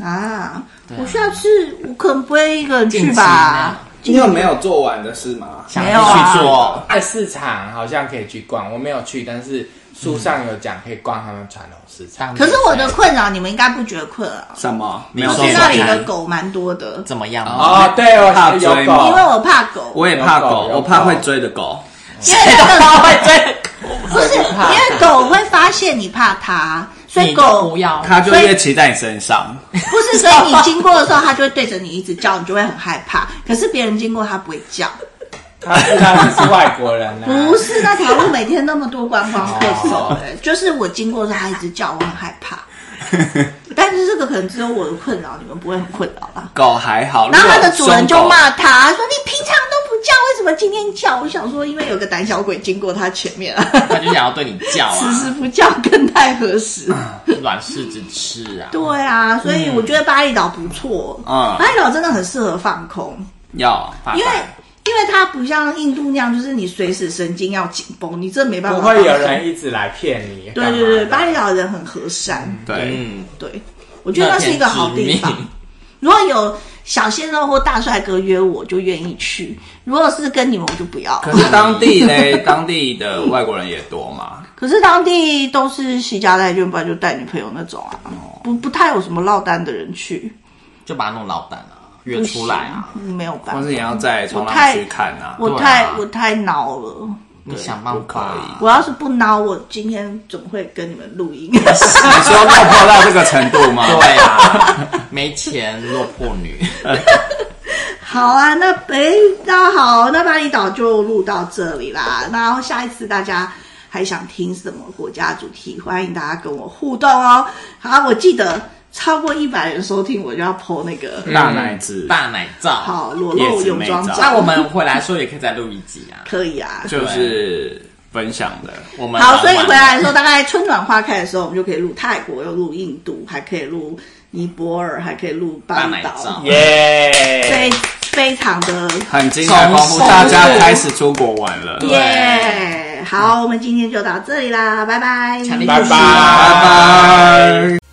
A: 啊？
C: 对啊
A: 我下次我可能不会一个人去
C: 近期
A: 吧。
D: 你有没有做完的事吗？
C: 想
A: 没有啊
C: 去做
B: 爱市场好像可以去逛，我没有去，但是书上有讲可以逛他们传统市场。
C: 当
A: 可
C: 地菜。
A: 是我的困扰，你们应该不觉得困扰。
D: 什么？没
C: 你
D: 有
A: 我
C: 说
D: 做
A: 去
C: 说
A: 那
D: 完
A: 里的
C: 看
A: 狗蛮多的。
C: 怎么样？
B: 哦，对，我
D: 怕
B: 有
D: 追
B: 狗
D: 吗
A: 嗯因为我怕狗，
D: 我也怕狗，
B: 有狗
D: 我怕会追的狗。
A: 因为那个
C: 会追
A: 不是因为狗会发现你怕它，所以
C: 你就
A: 狗
C: 不要。
D: 它就越骑在你身上，
A: 不是，所以你经过的时候，它就会对着你一直叫，你就会很害怕。可是别人经过它不会叫，
B: 他知道你是外国人啊。
A: 不是那条路每天那么多观光客走、
B: 哦
A: 哎就是我经过的时候，它一直叫，我很害怕。但是这个可能只有我的困扰，你们不会很困扰啦。
D: 狗还好。
A: 然后它的主人就
D: 如果
A: 骂它说：“你平常都不叫，为什么今天叫？”我想说，因为有个胆小鬼经过它前面啊，
C: 他就想要对你叫
A: 此
C: 啊，
A: 时不叫更待何时？
C: 软柿子吃啊。
A: 对啊，所以我觉得巴厘岛不错。
D: 嗯
A: 巴厘岛真的很适合放空，
D: 狗要，
C: 啊
A: 因为因为它不像印度那样，就是你随时神经要紧绷，你真的没办法。
B: 不会有。人一直来骗你。
A: 对对对，
B: 干
A: 巴
B: 嘛的
A: 厘岛人很和善，
D: 对，
C: 嗯，
A: 对我觉得那是一个好地方
C: 那天致命。
A: 如果有小鲜肉或大帅哥约我，我就愿意去；如果是跟你们，我就不要。
D: 可是当地嘞， 当地的外国人也多嘛，
A: 可是当地都是西家带眷，不然就带女朋友那种啊，不不太有什么落单的人去，
C: 就把它弄老蛋啊，约出来啊。
A: 不行，没有办
D: 或
A: 法
D: 是。也要在冲浪区看啊。
A: 我
C: 对
A: 太、
C: 啊
A: 我太恼了。
C: 你想办法啊，
A: 我要是不孬，我今天怎么会跟你们录音？
D: 你说落魄到这个程度吗？
C: 对啊， 没钱落魄女，
A: 好啊，那诶，那好，那巴厘岛就录到这里啦。然后下一次大家还想听什么国家主题，欢迎大家跟我互动哦。好，我记得超过一百人收听，我就要 PO 那个
D: 大奶子，
C: 大奶照。
A: 好裸露泳装
D: 叶子妹照
C: 那
A: 照，
C: 我们回来说也可以再录一集啊。
A: 可以啊。
D: 就是分享的。
C: 我们
A: 好，
C: 玩
A: 所以
C: 玩
A: 回来的时候，大概春暖花开的时候，我们就可以录泰国，又录印度，还可以录尼泊尔，还可以录巴厘
C: 巴厘
A: 岛
C: 岛，
A: 非
B: 耶！
A: 非常的
D: 很精彩丰富，大家开始出国玩了，
A: 耶好，我们今天就到这里啦，拜拜。
C: 强力
B: 拜
C: 不
B: 拜
C: 许啊
D: 拜拜。